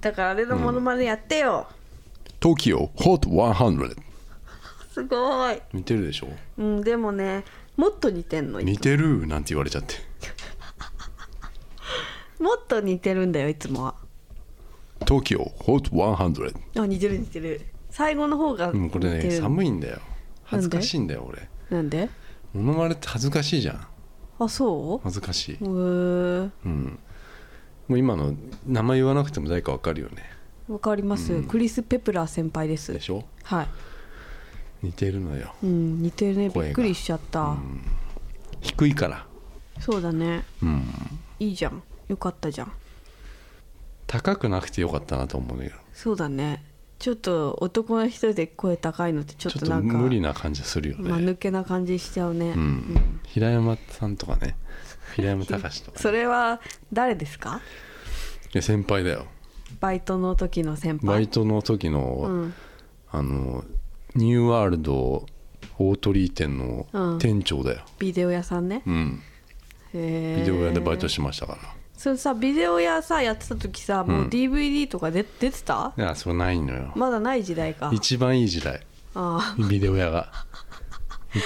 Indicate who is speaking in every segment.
Speaker 1: だからあれのモノマネやってよ、
Speaker 2: TOKYO HOT 100
Speaker 1: すごーい、
Speaker 2: 似てるでしょ
Speaker 1: うん、でもねもっと似てんの
Speaker 2: 似てるなんて言われちゃって
Speaker 1: もっと似てるんだよいつもは
Speaker 2: TOKYO HOT 100
Speaker 1: あ似てる似てる最後の方が
Speaker 2: もう
Speaker 1: 似
Speaker 2: こ
Speaker 1: て
Speaker 2: れね
Speaker 1: る
Speaker 2: 寒いんだよ恥ずかしいんだよ俺
Speaker 1: なんで
Speaker 2: モノマネって恥ずかしいじゃん
Speaker 1: あそ
Speaker 2: 恥ずかしい
Speaker 1: う
Speaker 2: う
Speaker 1: ー
Speaker 2: うんもう今の名前言わなくても誰かわかるよね
Speaker 1: わかります、クリス・ペプラー先輩です
Speaker 2: でしょ
Speaker 1: はい
Speaker 2: 似てるのよ
Speaker 1: うん似てるね
Speaker 2: 声が
Speaker 1: びっくりしちゃった、
Speaker 2: 低いから
Speaker 1: そうだね
Speaker 2: うん
Speaker 1: いいじゃんよかったじゃん
Speaker 2: 高くなくてよかったなと思うんだけど
Speaker 1: そうだねちょっと男の人で声高いのってちょっ
Speaker 2: ちょ
Speaker 1: と
Speaker 2: っ
Speaker 1: な
Speaker 2: と
Speaker 1: んか
Speaker 2: 無理な感じがするよね、
Speaker 1: 間抜けな感じしちゃうね、
Speaker 2: うん、平山さんとかね平山 隆とか、
Speaker 1: それは誰ですか
Speaker 2: いや先輩だよ
Speaker 1: バイトの時の先
Speaker 2: バ
Speaker 1: 輩
Speaker 2: イトの時の、
Speaker 1: うん
Speaker 2: あのニューワールド大鳥居店
Speaker 1: う
Speaker 2: の
Speaker 1: ん
Speaker 2: 店長だよ、
Speaker 1: ビデオ屋さんね
Speaker 2: うん
Speaker 1: へえ
Speaker 2: ビデオ屋でバイトしてましたから、
Speaker 1: それさビデオ屋さやってた時さもううん DVD とかで出てた
Speaker 2: いやそれないのよ
Speaker 1: まだない時代か
Speaker 2: 一番いい時代
Speaker 1: あ
Speaker 2: ビデオ屋が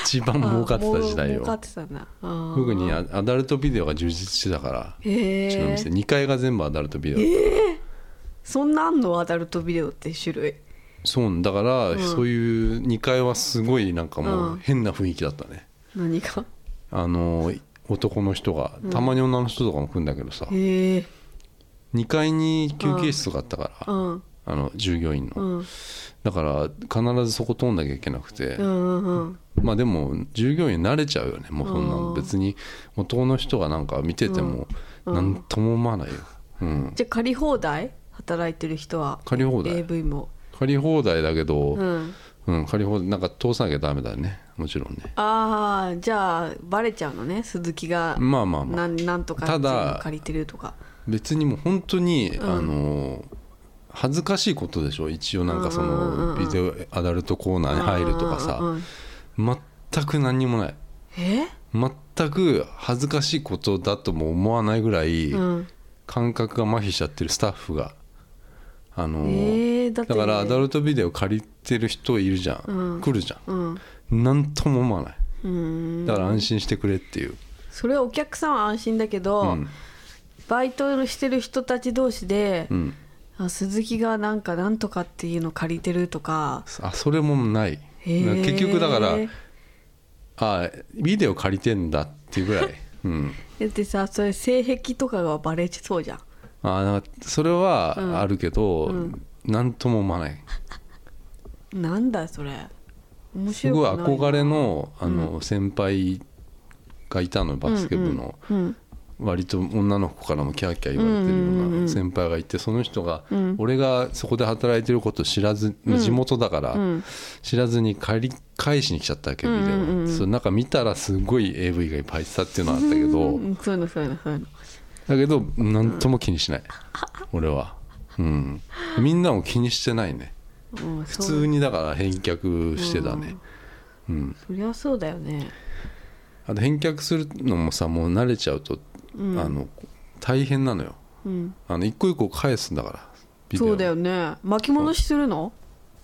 Speaker 2: 一番
Speaker 1: あ
Speaker 2: 儲かってた時代
Speaker 1: もう儲か
Speaker 2: よ
Speaker 1: ってたんだ
Speaker 2: 特に
Speaker 1: あ
Speaker 2: アアダルトビデオが充実してたから
Speaker 1: ーへ
Speaker 2: うちの店
Speaker 1: え
Speaker 2: 2階が全部アダルトビデオだった
Speaker 1: そんなあんのアダルトビデオって種類
Speaker 2: そうだから、そういう2階はすごいなんか
Speaker 1: う
Speaker 2: もうん変な雰囲気だったね、
Speaker 1: 何か
Speaker 2: あの男の人がたまに女の人とかも来るんだけどさ、
Speaker 1: へえ
Speaker 2: 2階に休憩室があったから、
Speaker 1: うん
Speaker 2: あの従業員の、
Speaker 1: うん
Speaker 2: だから必ずそこ通んなきゃいけなくて、
Speaker 1: うんうんうん
Speaker 2: まあでも従業員慣れちゃうよねもうそんな
Speaker 1: う
Speaker 2: の
Speaker 1: ん
Speaker 2: 別に男の人がなんか見てても何とも思わないよ、うん、
Speaker 1: じゃあ借り放題働いてる人は
Speaker 2: 借り放題
Speaker 1: AV も
Speaker 2: 借り放題だけど、
Speaker 1: う
Speaker 2: うん
Speaker 1: ん
Speaker 2: 借り放題なんか通さなきゃダメだねもちろんね
Speaker 1: ああじゃあバレちゃうのね鈴木が
Speaker 2: まあまあまあ
Speaker 1: なんなんとか
Speaker 2: ただ
Speaker 1: っていうの借りてるとか
Speaker 2: 別にもう本当に、
Speaker 1: ん
Speaker 2: あの恥ずかしいことでしょ一応なんかそ
Speaker 1: うんうんうん
Speaker 2: のビデオアダルトコーナーに入るとか
Speaker 1: うんう
Speaker 2: さ
Speaker 1: んうん
Speaker 2: 全く何にもない
Speaker 1: え
Speaker 2: 全く恥ずかしいことだとも思わないぐらい
Speaker 1: うん
Speaker 2: 感覚が麻痺しちゃってるスタッフがあの、
Speaker 1: えーだ
Speaker 2: だ
Speaker 1: って
Speaker 2: からアダルトビデオ借りてる人いるじゃん、
Speaker 1: うん
Speaker 2: 来るじゃ
Speaker 1: う
Speaker 2: ん
Speaker 1: んう
Speaker 2: 何とも思わない
Speaker 1: ーん
Speaker 2: だから安心してくれっていう、
Speaker 1: それはお客さんは安心だけど、
Speaker 2: うん
Speaker 1: バイトしてる人たち同士で、
Speaker 2: うん、
Speaker 1: あ鈴木がなんかなんとかっていうの借りてるとか
Speaker 2: あそれもない
Speaker 1: へー
Speaker 2: 結局だからあビデオ借りてんだっていうぐらい、うん、
Speaker 1: だってさそれ性癖とかがバレちそうじゃん
Speaker 2: あなんかそれはあるけど、なんとも思わない
Speaker 1: なんだそれ面
Speaker 2: す
Speaker 1: 白く
Speaker 2: ごい
Speaker 1: ない
Speaker 2: 憧れのあの先輩がいたのバスケ部の、
Speaker 1: うん
Speaker 2: 割と女の子からもキャーキャー言われてるような先輩がいてその人が俺がそこで働いてることを知らず、まあ地元だから知らずに借り返しに来ちゃったわけビデオ、それなんか見たらすごい AV がいっぱい入ってたっていうのはあったけど、
Speaker 1: うんそういうのそういうのそういうの
Speaker 2: だけど何とも気にしない、俺は、うん、みんなも気にしてないね
Speaker 1: うん
Speaker 2: 普
Speaker 1: そう
Speaker 2: 通にだから返却してたね、
Speaker 1: そりゃそうだよね
Speaker 2: あと返却するのもさもう慣れちゃうと、あの大変なのよ
Speaker 1: うん
Speaker 2: あの一個一個返すんだからビデオ
Speaker 1: そうだよね巻き戻しするの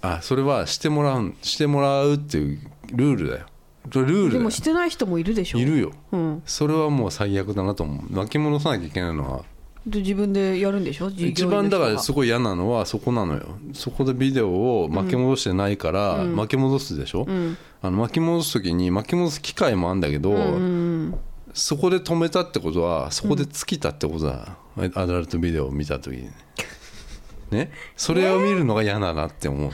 Speaker 2: あそれはしてもらうんしてもらうっていうルールだよルール
Speaker 1: で
Speaker 2: だよ
Speaker 1: もしてない人もいるでしょ
Speaker 2: いるよ
Speaker 1: うん
Speaker 2: それはもう最悪だなと思う巻き戻さなきゃいけないのは
Speaker 1: で自分でやるんでしょ
Speaker 2: 一
Speaker 1: 一
Speaker 2: 番だからすごい嫌なのはそこなのよそこでビデオを巻き戻してないから、巻き戻すでしょ、
Speaker 1: ん
Speaker 2: あの巻き戻す時に巻き戻す機会もあるんだけど、
Speaker 1: うん
Speaker 2: そこで止めたってことはそこで尽きたってことだ、アダルトビデオを見た時にねねそれを見るのが嫌だなって思う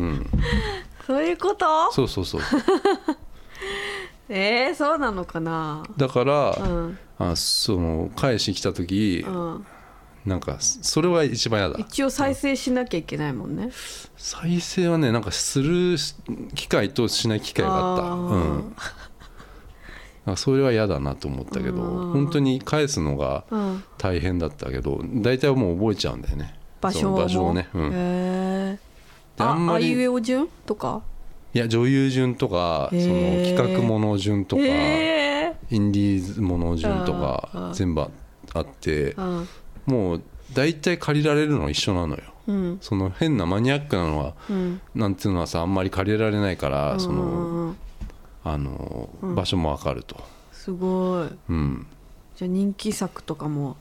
Speaker 2: のよ、
Speaker 1: そういうこと
Speaker 2: そうそうそう
Speaker 1: えー、そうなのかな
Speaker 2: だから、
Speaker 1: うん
Speaker 2: あその返しに来た時、
Speaker 1: うん
Speaker 2: なんかそれは一番嫌だ
Speaker 1: 一応再生しなきゃいけないもんね
Speaker 2: 再生はねなんかする機会としない機会があった
Speaker 1: あー
Speaker 2: うんあそれは嫌だなと思ったけど
Speaker 1: うん
Speaker 2: 本当に返すのが
Speaker 1: うん
Speaker 2: 大変だったけど大体はもう覚えちゃうんだよね
Speaker 1: 場所
Speaker 2: その
Speaker 1: も
Speaker 2: 場所をね、うん、い
Speaker 1: へえ
Speaker 2: であん
Speaker 1: あ
Speaker 2: ま
Speaker 1: あ
Speaker 2: り
Speaker 1: いうえお順とか
Speaker 2: や女優順とかそ
Speaker 1: へ
Speaker 2: の
Speaker 1: ー
Speaker 2: 企画もの順とか、
Speaker 1: へえ
Speaker 2: インディーズもの順
Speaker 1: あ
Speaker 2: と
Speaker 1: ー
Speaker 2: か
Speaker 1: あー
Speaker 2: 全部あって
Speaker 1: うん
Speaker 2: もう大体借りられるのは一緒なのよ
Speaker 1: うん
Speaker 2: その変なマニアックなのは
Speaker 1: うん
Speaker 2: なんていうのはさあんまり借りられないから、その
Speaker 1: うん
Speaker 2: あの場所もわかると、
Speaker 1: すごい
Speaker 2: うん、
Speaker 1: じゃあ人気作とかも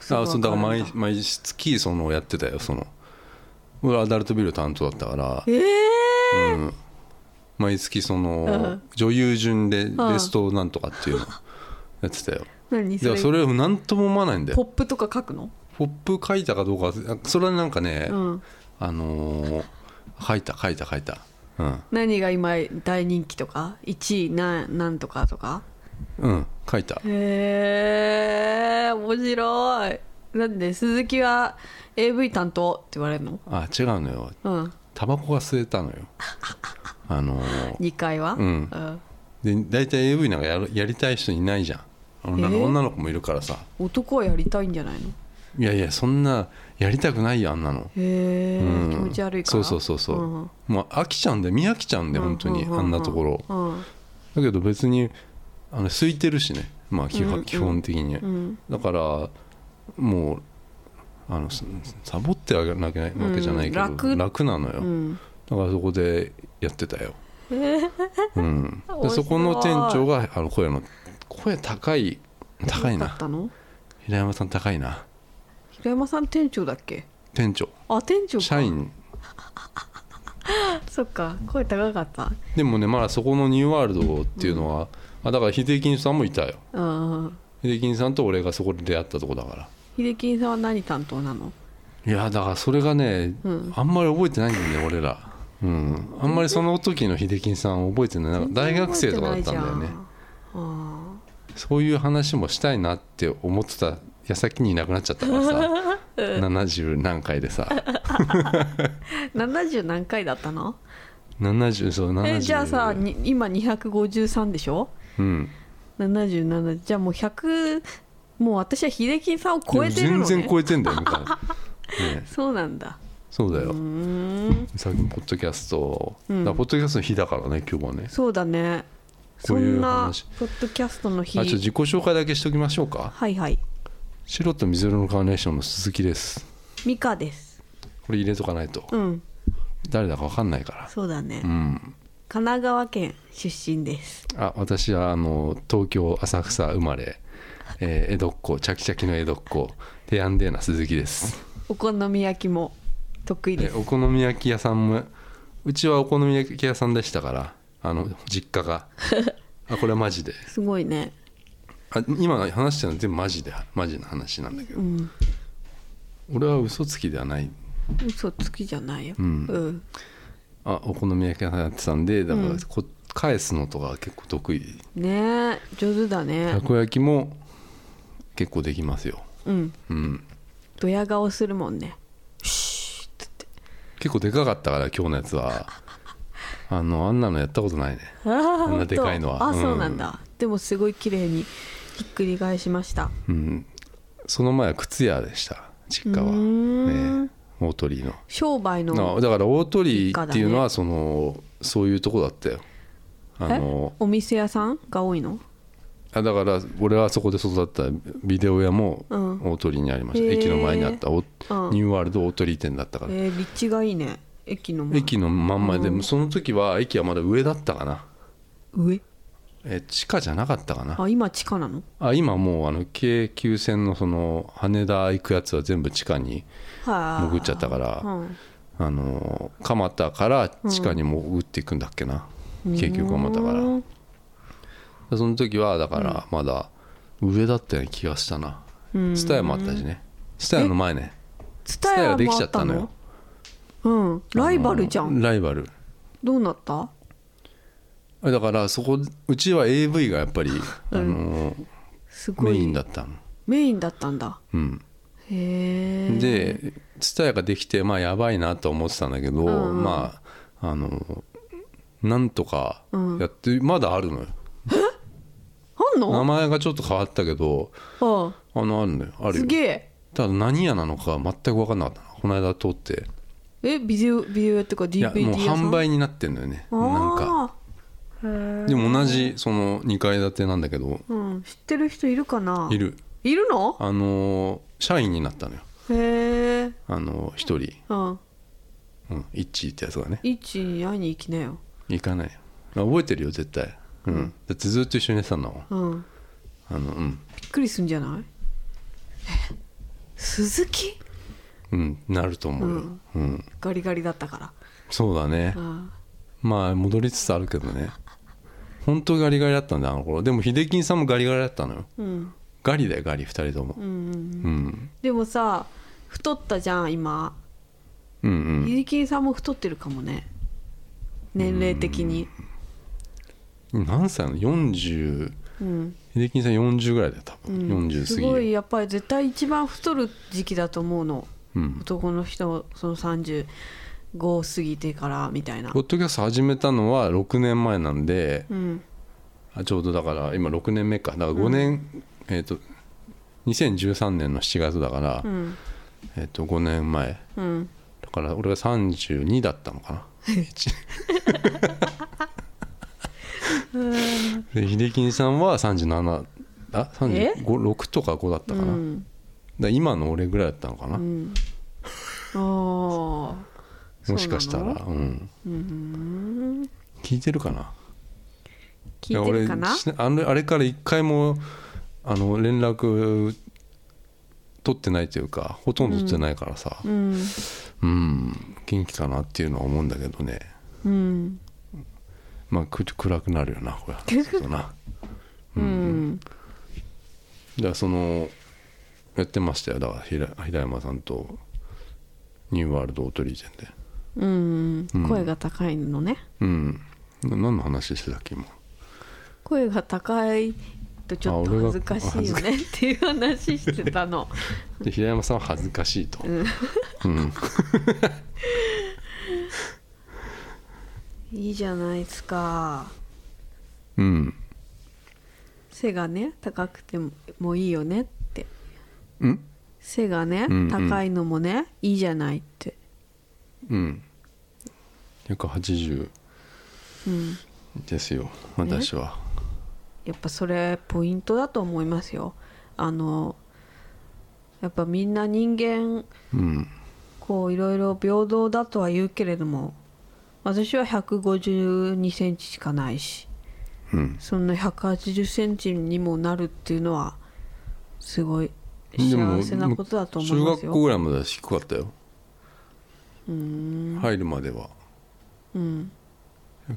Speaker 1: すごい
Speaker 2: あそうだから
Speaker 1: わるん
Speaker 2: 毎毎月そのやってたよその俺アダルトビル担当だったから、
Speaker 1: え
Speaker 2: うん、毎月その、
Speaker 1: うん
Speaker 2: 女優順でベストなんとかっていうのやってたよ、
Speaker 1: え何
Speaker 2: で
Speaker 1: そ
Speaker 2: も
Speaker 1: れ
Speaker 2: それを何とも思わないんだ
Speaker 1: ポ
Speaker 2: よ
Speaker 1: ップとか書くの
Speaker 2: ポップ書いたかどうかそれはなんかね、
Speaker 1: うん
Speaker 2: あのー書いた書いた書いたうん、
Speaker 1: 何が今大人気とか1位なんなんとかとか
Speaker 2: うん、書いた
Speaker 1: へえ面白いなんで鈴木は AV 担当って言われるの
Speaker 2: あ違うのよ
Speaker 1: うん
Speaker 2: タバコが吸えたのよあのー
Speaker 1: 2階は
Speaker 2: うんで大体 AV なんかやるやりたい人いないじゃん女の,、
Speaker 1: えー
Speaker 2: 女の子もいるからさ
Speaker 1: 男はやりたいんじゃないの
Speaker 2: いやいやそんなやりたくないよあんなの、
Speaker 1: へえ、
Speaker 2: うん
Speaker 1: 気持ち悪いから
Speaker 2: そうそうそうそう、
Speaker 1: うん
Speaker 2: もう飽きちゃうんで見飽きちゃうんで本当に
Speaker 1: ううう
Speaker 2: あんなところ
Speaker 1: うん
Speaker 2: だけど別にあの空いてるしねまあ基
Speaker 1: うんう
Speaker 2: 本
Speaker 1: ん
Speaker 2: 基本的に
Speaker 1: うん
Speaker 2: だからもうあのササボってあげなきゃわけじゃないけど、
Speaker 1: うん楽
Speaker 2: なの
Speaker 1: う
Speaker 2: よ、
Speaker 1: ん
Speaker 2: だからそこでやってたよ、 うん、
Speaker 1: 面
Speaker 2: で
Speaker 1: 白い
Speaker 2: そこの店長があの声の声高い高い
Speaker 1: どうだ
Speaker 2: な
Speaker 1: ったの
Speaker 2: 平山さん高いな
Speaker 1: 平山さん店長だっけ
Speaker 2: 店長
Speaker 1: あ店長か
Speaker 2: 社員
Speaker 1: そっか声高かった
Speaker 2: でもねまだそこのニューワールドっていうのは、あだから秀樹さんもいたよ
Speaker 1: うん
Speaker 2: 秀樹さんと俺がそこで出会ったとこだから
Speaker 1: 秀樹さんは何担当なの
Speaker 2: いやだからそれがね、
Speaker 1: うん
Speaker 2: あんまり覚えてないんだよね俺ら、うん、あんまりその時の秀樹さんを覚えてないなんか大学生とかだったんだよね
Speaker 1: あ
Speaker 2: そういう話もしたいなって思ってた矢先にいなくなっちゃったから さ、70何回でさ
Speaker 1: あ70何回だったの
Speaker 2: 70そう70
Speaker 1: えじゃあさに今253でしょ
Speaker 2: うん
Speaker 1: 77じゃあもう100もう私は秀樹さんを超えてるの、ね、
Speaker 2: でも全然超えてんだよみたい な、ね、
Speaker 1: そうなんだ
Speaker 2: そうだ
Speaker 1: うー
Speaker 2: よ、
Speaker 1: ん
Speaker 2: さっきのポッドキャスト、
Speaker 1: うん
Speaker 2: だからポッドキャストの日だからね今日はね
Speaker 1: そうだね
Speaker 2: こういう
Speaker 1: そんな
Speaker 2: 話
Speaker 1: ポッドキャストの日
Speaker 2: あちょっと自己紹介だけしておきましょうか
Speaker 1: はいはい
Speaker 2: 白と水色のカーネーションの鈴木です
Speaker 1: ミカです
Speaker 2: これ入れとかないと
Speaker 1: うん
Speaker 2: 誰だか分かんないから
Speaker 1: そうだね、
Speaker 2: うん
Speaker 1: 神奈川県出身です
Speaker 2: あ私はあの東京浅草生まれ、えー江戸っ子チャキチャキの江戸っ子テヤンデーな鈴木です
Speaker 1: お好み焼きも得意で
Speaker 2: ですお好み焼き屋さんもうちはお好み焼き屋さんでしたからあの実家があこれはマジです
Speaker 1: ごいね
Speaker 2: あ今話してるの全部マジでマジな話なんだけど
Speaker 1: うん
Speaker 2: 俺は嘘つきではない
Speaker 1: 嘘つきじゃないよ
Speaker 2: うん
Speaker 1: うん、
Speaker 2: あお好み焼き屋さんやってたんでだから
Speaker 1: うん
Speaker 2: こ、返すのとか結構得意
Speaker 1: ねえ上手だ
Speaker 2: た
Speaker 1: ね
Speaker 2: こ焼きも結構できますよ
Speaker 1: うん
Speaker 2: うん
Speaker 1: ドヤ顔するもんね
Speaker 2: 結構でかかったから今日のやつはあのあんなのやった ことないね
Speaker 1: あー
Speaker 2: んなでかいの
Speaker 1: 本
Speaker 2: は
Speaker 1: 当あ
Speaker 2: うん
Speaker 1: そうなんだ、でもすごい綺麗にひっくり返しました
Speaker 2: うんその前は靴屋でした実家は
Speaker 1: うーん
Speaker 2: ね大鳥居の
Speaker 1: 商売
Speaker 2: な
Speaker 1: の
Speaker 2: だから大鳥居っていうのはそのそういうとこだったよあの
Speaker 1: えお店屋さんが多いの
Speaker 2: あだから俺はそこで育ったビデオ屋も
Speaker 1: うん
Speaker 2: 大鳥居にありました、
Speaker 1: へー
Speaker 2: 駅の前にあったお
Speaker 1: うん
Speaker 2: ニューワールド大鳥居店だったから、
Speaker 1: えー、立地がいいね駅の前
Speaker 2: 駅のまんまで、その時は駅はまだ上だったかな
Speaker 1: 上
Speaker 2: え地下じゃなかったかな
Speaker 1: あ今地下なの
Speaker 2: あ今もうあの京急線のその羽田行くやつは全部地下に
Speaker 1: はあ
Speaker 2: 潜っちゃったから
Speaker 1: うん
Speaker 2: あの蒲田から地下に潜っていくんだっけな、京急蒲田から
Speaker 1: うん
Speaker 2: その時はだからまだ上だったような気がしたな
Speaker 1: うん
Speaker 2: 蔦屋もあったしね蔦屋の前ね
Speaker 1: 蔦
Speaker 2: 蔦屋
Speaker 1: 屋
Speaker 2: がで
Speaker 1: も
Speaker 2: き
Speaker 1: あ
Speaker 2: ちゃ
Speaker 1: っ
Speaker 2: った
Speaker 1: た
Speaker 2: の
Speaker 1: の
Speaker 2: よ
Speaker 1: うんライバルじゃ
Speaker 2: あ
Speaker 1: ん
Speaker 2: のライバル
Speaker 1: どうなった
Speaker 2: だからそこうちは AV がや っぱり、あの
Speaker 1: すごい
Speaker 2: メインだったの
Speaker 1: メインだったんだ
Speaker 2: うん
Speaker 1: へえ
Speaker 2: で蔦屋ができてまあやばいなと思ってたんだけど、
Speaker 1: うんうん
Speaker 2: まああのなんとかやって、まだあるのよ
Speaker 1: あん
Speaker 2: 名
Speaker 1: の
Speaker 2: 前がちょっと変わったけど
Speaker 1: あ
Speaker 2: あのあるのよあ
Speaker 1: あ
Speaker 2: るよ
Speaker 1: すげえ
Speaker 2: ただ何屋なのか全く分かんなかったなこの間通って
Speaker 1: えビデオビデオっていうか
Speaker 2: いや
Speaker 1: DVD
Speaker 2: もう
Speaker 1: 屋さん
Speaker 2: 販売になってんのよねなんか
Speaker 1: あーへえ
Speaker 2: でも同じその2階建てなんだけど
Speaker 1: うん知ってる人いるかない
Speaker 2: る
Speaker 1: いるの
Speaker 2: あのー社員になったのよ
Speaker 1: へえ
Speaker 2: あの一人、
Speaker 1: うん
Speaker 2: うん、イッチーってやつがね
Speaker 1: 一に会いに行きなよ
Speaker 2: 行かないよ覚えてるよ絶対うん、だってずっと一緒に寝てたんだもん
Speaker 1: うん
Speaker 2: あのうん
Speaker 1: びっくりすんじゃないえ鈴木
Speaker 2: うんなると思うよ、
Speaker 1: うん
Speaker 2: うん、
Speaker 1: ガリガリだったから
Speaker 2: そうだね、
Speaker 1: あ
Speaker 2: まあ戻りつつあるけどね本当ガリガリだったんだよあの頃でも秀樹さんもガリガリだったのよ
Speaker 1: ーうん
Speaker 2: ガリだよガリ2人とも
Speaker 1: うんうん
Speaker 2: うん
Speaker 1: でもさ太ったじゃん今
Speaker 2: うんうん
Speaker 1: ゆりきりさんも太ってるかもね年齢的に
Speaker 2: 何歳なの40
Speaker 1: うん、
Speaker 2: 秀樹さん40ぐらいだよ多
Speaker 1: うん、
Speaker 2: 分、40過
Speaker 1: す
Speaker 2: ぎ
Speaker 1: ごいやっぱり絶対一番太る時期だと思うの
Speaker 2: うん
Speaker 1: 男の人その35過ぎてからみたいな
Speaker 2: ポッドキャスト始めたのは6年前なんで
Speaker 1: うん
Speaker 2: あちょうどだから今6年目かだから5年、えっ、と2013年の7月だから、
Speaker 1: うん
Speaker 2: えっ、と5年前
Speaker 1: うん
Speaker 2: だから俺が32だったのか なで秀樹さんは37あ
Speaker 1: え
Speaker 2: 356とか5だった
Speaker 1: う
Speaker 2: かな、だか
Speaker 1: ん
Speaker 2: ら今の俺ぐらいだったのかな、
Speaker 1: うんああ
Speaker 2: もしかしたら
Speaker 1: う
Speaker 2: う
Speaker 1: なの
Speaker 2: ん
Speaker 1: うん
Speaker 2: 聞いてるかな
Speaker 1: 聞いてるか
Speaker 2: いや
Speaker 1: な
Speaker 2: 俺しあれあれから一回もあの連絡取ってないというかほとんど取ってないからさ
Speaker 1: うん
Speaker 2: うん、元気かなっていうのは思うんだけどね
Speaker 1: うん
Speaker 2: まあく暗くなるよなこれ話すると なだか
Speaker 1: うん
Speaker 2: らそのやってましたよだから平平山さんとニューワールドオートリージェンで
Speaker 1: うん
Speaker 2: うん
Speaker 1: 声が高いのね
Speaker 2: うんな何の話してたっけ今
Speaker 1: 声が高いとちょっと
Speaker 2: あ俺が
Speaker 1: 恥ずかしいよねっていう話してた の
Speaker 2: で平山さんは恥ずかしいと、
Speaker 1: うん
Speaker 2: うん、
Speaker 1: いいじゃないですか
Speaker 2: うん
Speaker 1: 背がね高くてももういいよねって
Speaker 2: うん
Speaker 1: 背がね、
Speaker 2: うんうん
Speaker 1: 高いのもねいいじゃないって
Speaker 2: うん180
Speaker 1: うん
Speaker 2: ですよ私は
Speaker 1: やっぱそれポイントだと思いますよあのやっぱみんな人間
Speaker 2: うん
Speaker 1: こういろいろ平等だとは言うけれども私は1 5 2センチしかないし
Speaker 2: うん
Speaker 1: そんな1 8 0センチにもなるっていうのはすごい
Speaker 2: でも
Speaker 1: 幸せなことだと思い
Speaker 2: 中
Speaker 1: ます
Speaker 2: 学校
Speaker 1: よ。
Speaker 2: ぐらいまでは低かったよ入るまでは
Speaker 1: うん、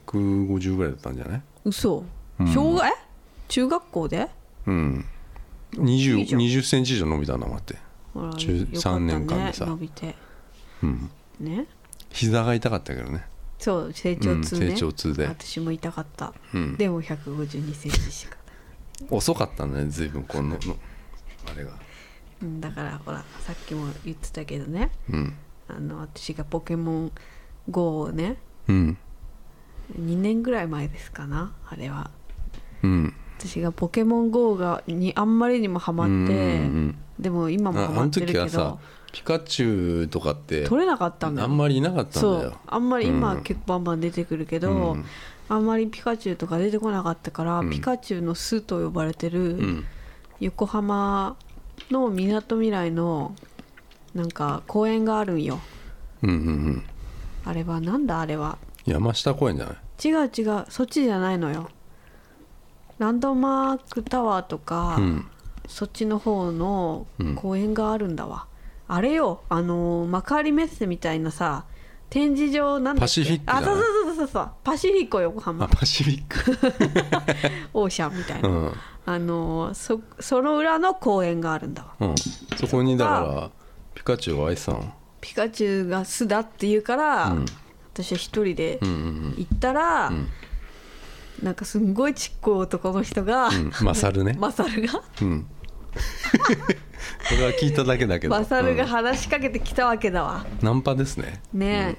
Speaker 2: 150ぐらいだったんじゃない
Speaker 1: 嘘、
Speaker 2: うん
Speaker 1: 小学え中学校で
Speaker 2: うん
Speaker 1: いいじ
Speaker 2: 2
Speaker 1: ゃん
Speaker 2: 0センチ以上伸びたんだもんだって
Speaker 1: ほら
Speaker 2: 中
Speaker 1: よかった
Speaker 2: 3年間でさ
Speaker 1: ね、伸びて
Speaker 2: うん
Speaker 1: ね
Speaker 2: 膝が痛かったけどね
Speaker 1: そう成
Speaker 2: う
Speaker 1: 長
Speaker 2: ん
Speaker 1: 痛ね、
Speaker 2: 成長痛で
Speaker 1: 私も痛かった、
Speaker 2: うん
Speaker 1: でも1 5 2センチしか
Speaker 2: 遅かったんだね随分こののあれが
Speaker 1: うんだからほらさっきも言ってたけどね
Speaker 2: うん
Speaker 1: あの私がポケモン GO をね
Speaker 2: うん
Speaker 1: 2年ぐらい前ですかなあれは
Speaker 2: うん
Speaker 1: 私がポケモン GO がにあんまりにもハマ
Speaker 2: うん
Speaker 1: っ
Speaker 2: う
Speaker 1: て
Speaker 2: ん
Speaker 1: でも今も
Speaker 2: あ
Speaker 1: ハ
Speaker 2: あ
Speaker 1: マっ
Speaker 2: の
Speaker 1: てる
Speaker 2: 時
Speaker 1: け
Speaker 2: はさ
Speaker 1: ど
Speaker 2: ピカチュウとかって
Speaker 1: 取れなかったんだ
Speaker 2: あ
Speaker 1: よ
Speaker 2: んまりいなかったん
Speaker 1: そ
Speaker 2: だ
Speaker 1: う
Speaker 2: よ
Speaker 1: あんまり今
Speaker 2: うん
Speaker 1: 結構バンバン出てくるけ
Speaker 2: う
Speaker 1: ど、
Speaker 2: ん
Speaker 1: あんまりピカチュウとか出てこなかったから、
Speaker 2: うん
Speaker 1: ピカチュウの巣と呼ばれて
Speaker 2: う
Speaker 1: る
Speaker 2: ん
Speaker 1: 横浜のみなとみらいのなんか公園があるんよ
Speaker 2: うんうんうん
Speaker 1: あれはなんだあれは
Speaker 2: 山下公園じゃ
Speaker 1: 違
Speaker 2: ない
Speaker 1: う違うそっちじゃないのよランドマークタワーとか、
Speaker 2: うん
Speaker 1: そっちの方の
Speaker 2: うん
Speaker 1: 公園があるんだわ、あれよあのー、幕張メッセみたいなさ展示場なんだっけ
Speaker 2: パシフィックじゃな
Speaker 1: あ
Speaker 2: い
Speaker 1: そうそうそうそうそうパシフィッコ横
Speaker 2: あ
Speaker 1: 浜
Speaker 2: パシフィック
Speaker 1: オーシャンみたいな、
Speaker 2: うん
Speaker 1: あのー、そその裏の公園があるんだわ
Speaker 2: うん、そこにだからピカチュウが愛さん
Speaker 1: ピカチュウが巣だって言うから、
Speaker 2: うん
Speaker 1: 私は一人で
Speaker 2: うんうん
Speaker 1: 行ったら、
Speaker 2: ん
Speaker 1: なんかすんごいちっこい男の人が、
Speaker 2: うん、うん、マサルね、
Speaker 1: マサルが
Speaker 2: うん、これは聞いただけだけど
Speaker 1: マサルが
Speaker 2: うん
Speaker 1: 話しかけてきたわけだわ
Speaker 2: ナンパですね
Speaker 1: ね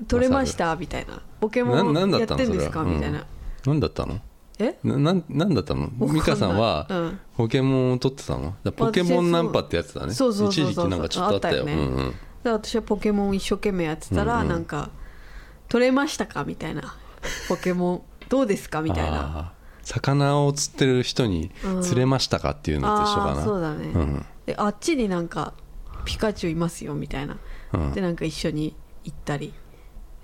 Speaker 1: え、取れましたみたいなポケモ
Speaker 2: な
Speaker 1: ン
Speaker 2: なんだ
Speaker 1: や
Speaker 2: っ
Speaker 1: ったて
Speaker 2: の
Speaker 1: んで
Speaker 2: それ
Speaker 1: すか
Speaker 2: は、
Speaker 1: みたいな、
Speaker 2: うん、なんだったの
Speaker 1: え
Speaker 2: ななんなんだったの
Speaker 1: ない
Speaker 2: 美香さんは、
Speaker 1: うん
Speaker 2: ポケモンを取ってたのだからポケモンナンパってやつだね
Speaker 1: そうそうそうそう
Speaker 2: 一時期なんかちょっとあったよ
Speaker 1: あったよ
Speaker 2: う
Speaker 1: ね
Speaker 2: んうん、
Speaker 1: で私はポケモン一生懸命やってたら、なんか取れましたかみたいなポケモンどうですかみたいな
Speaker 2: あー魚を釣ってる人に釣れましたかっていうのと一緒か
Speaker 1: あ
Speaker 2: な、
Speaker 1: ーそうだね、
Speaker 2: うん
Speaker 1: であっちになんかピカチュウいますよみたいな、
Speaker 2: うん
Speaker 1: でなんか一緒に行ったり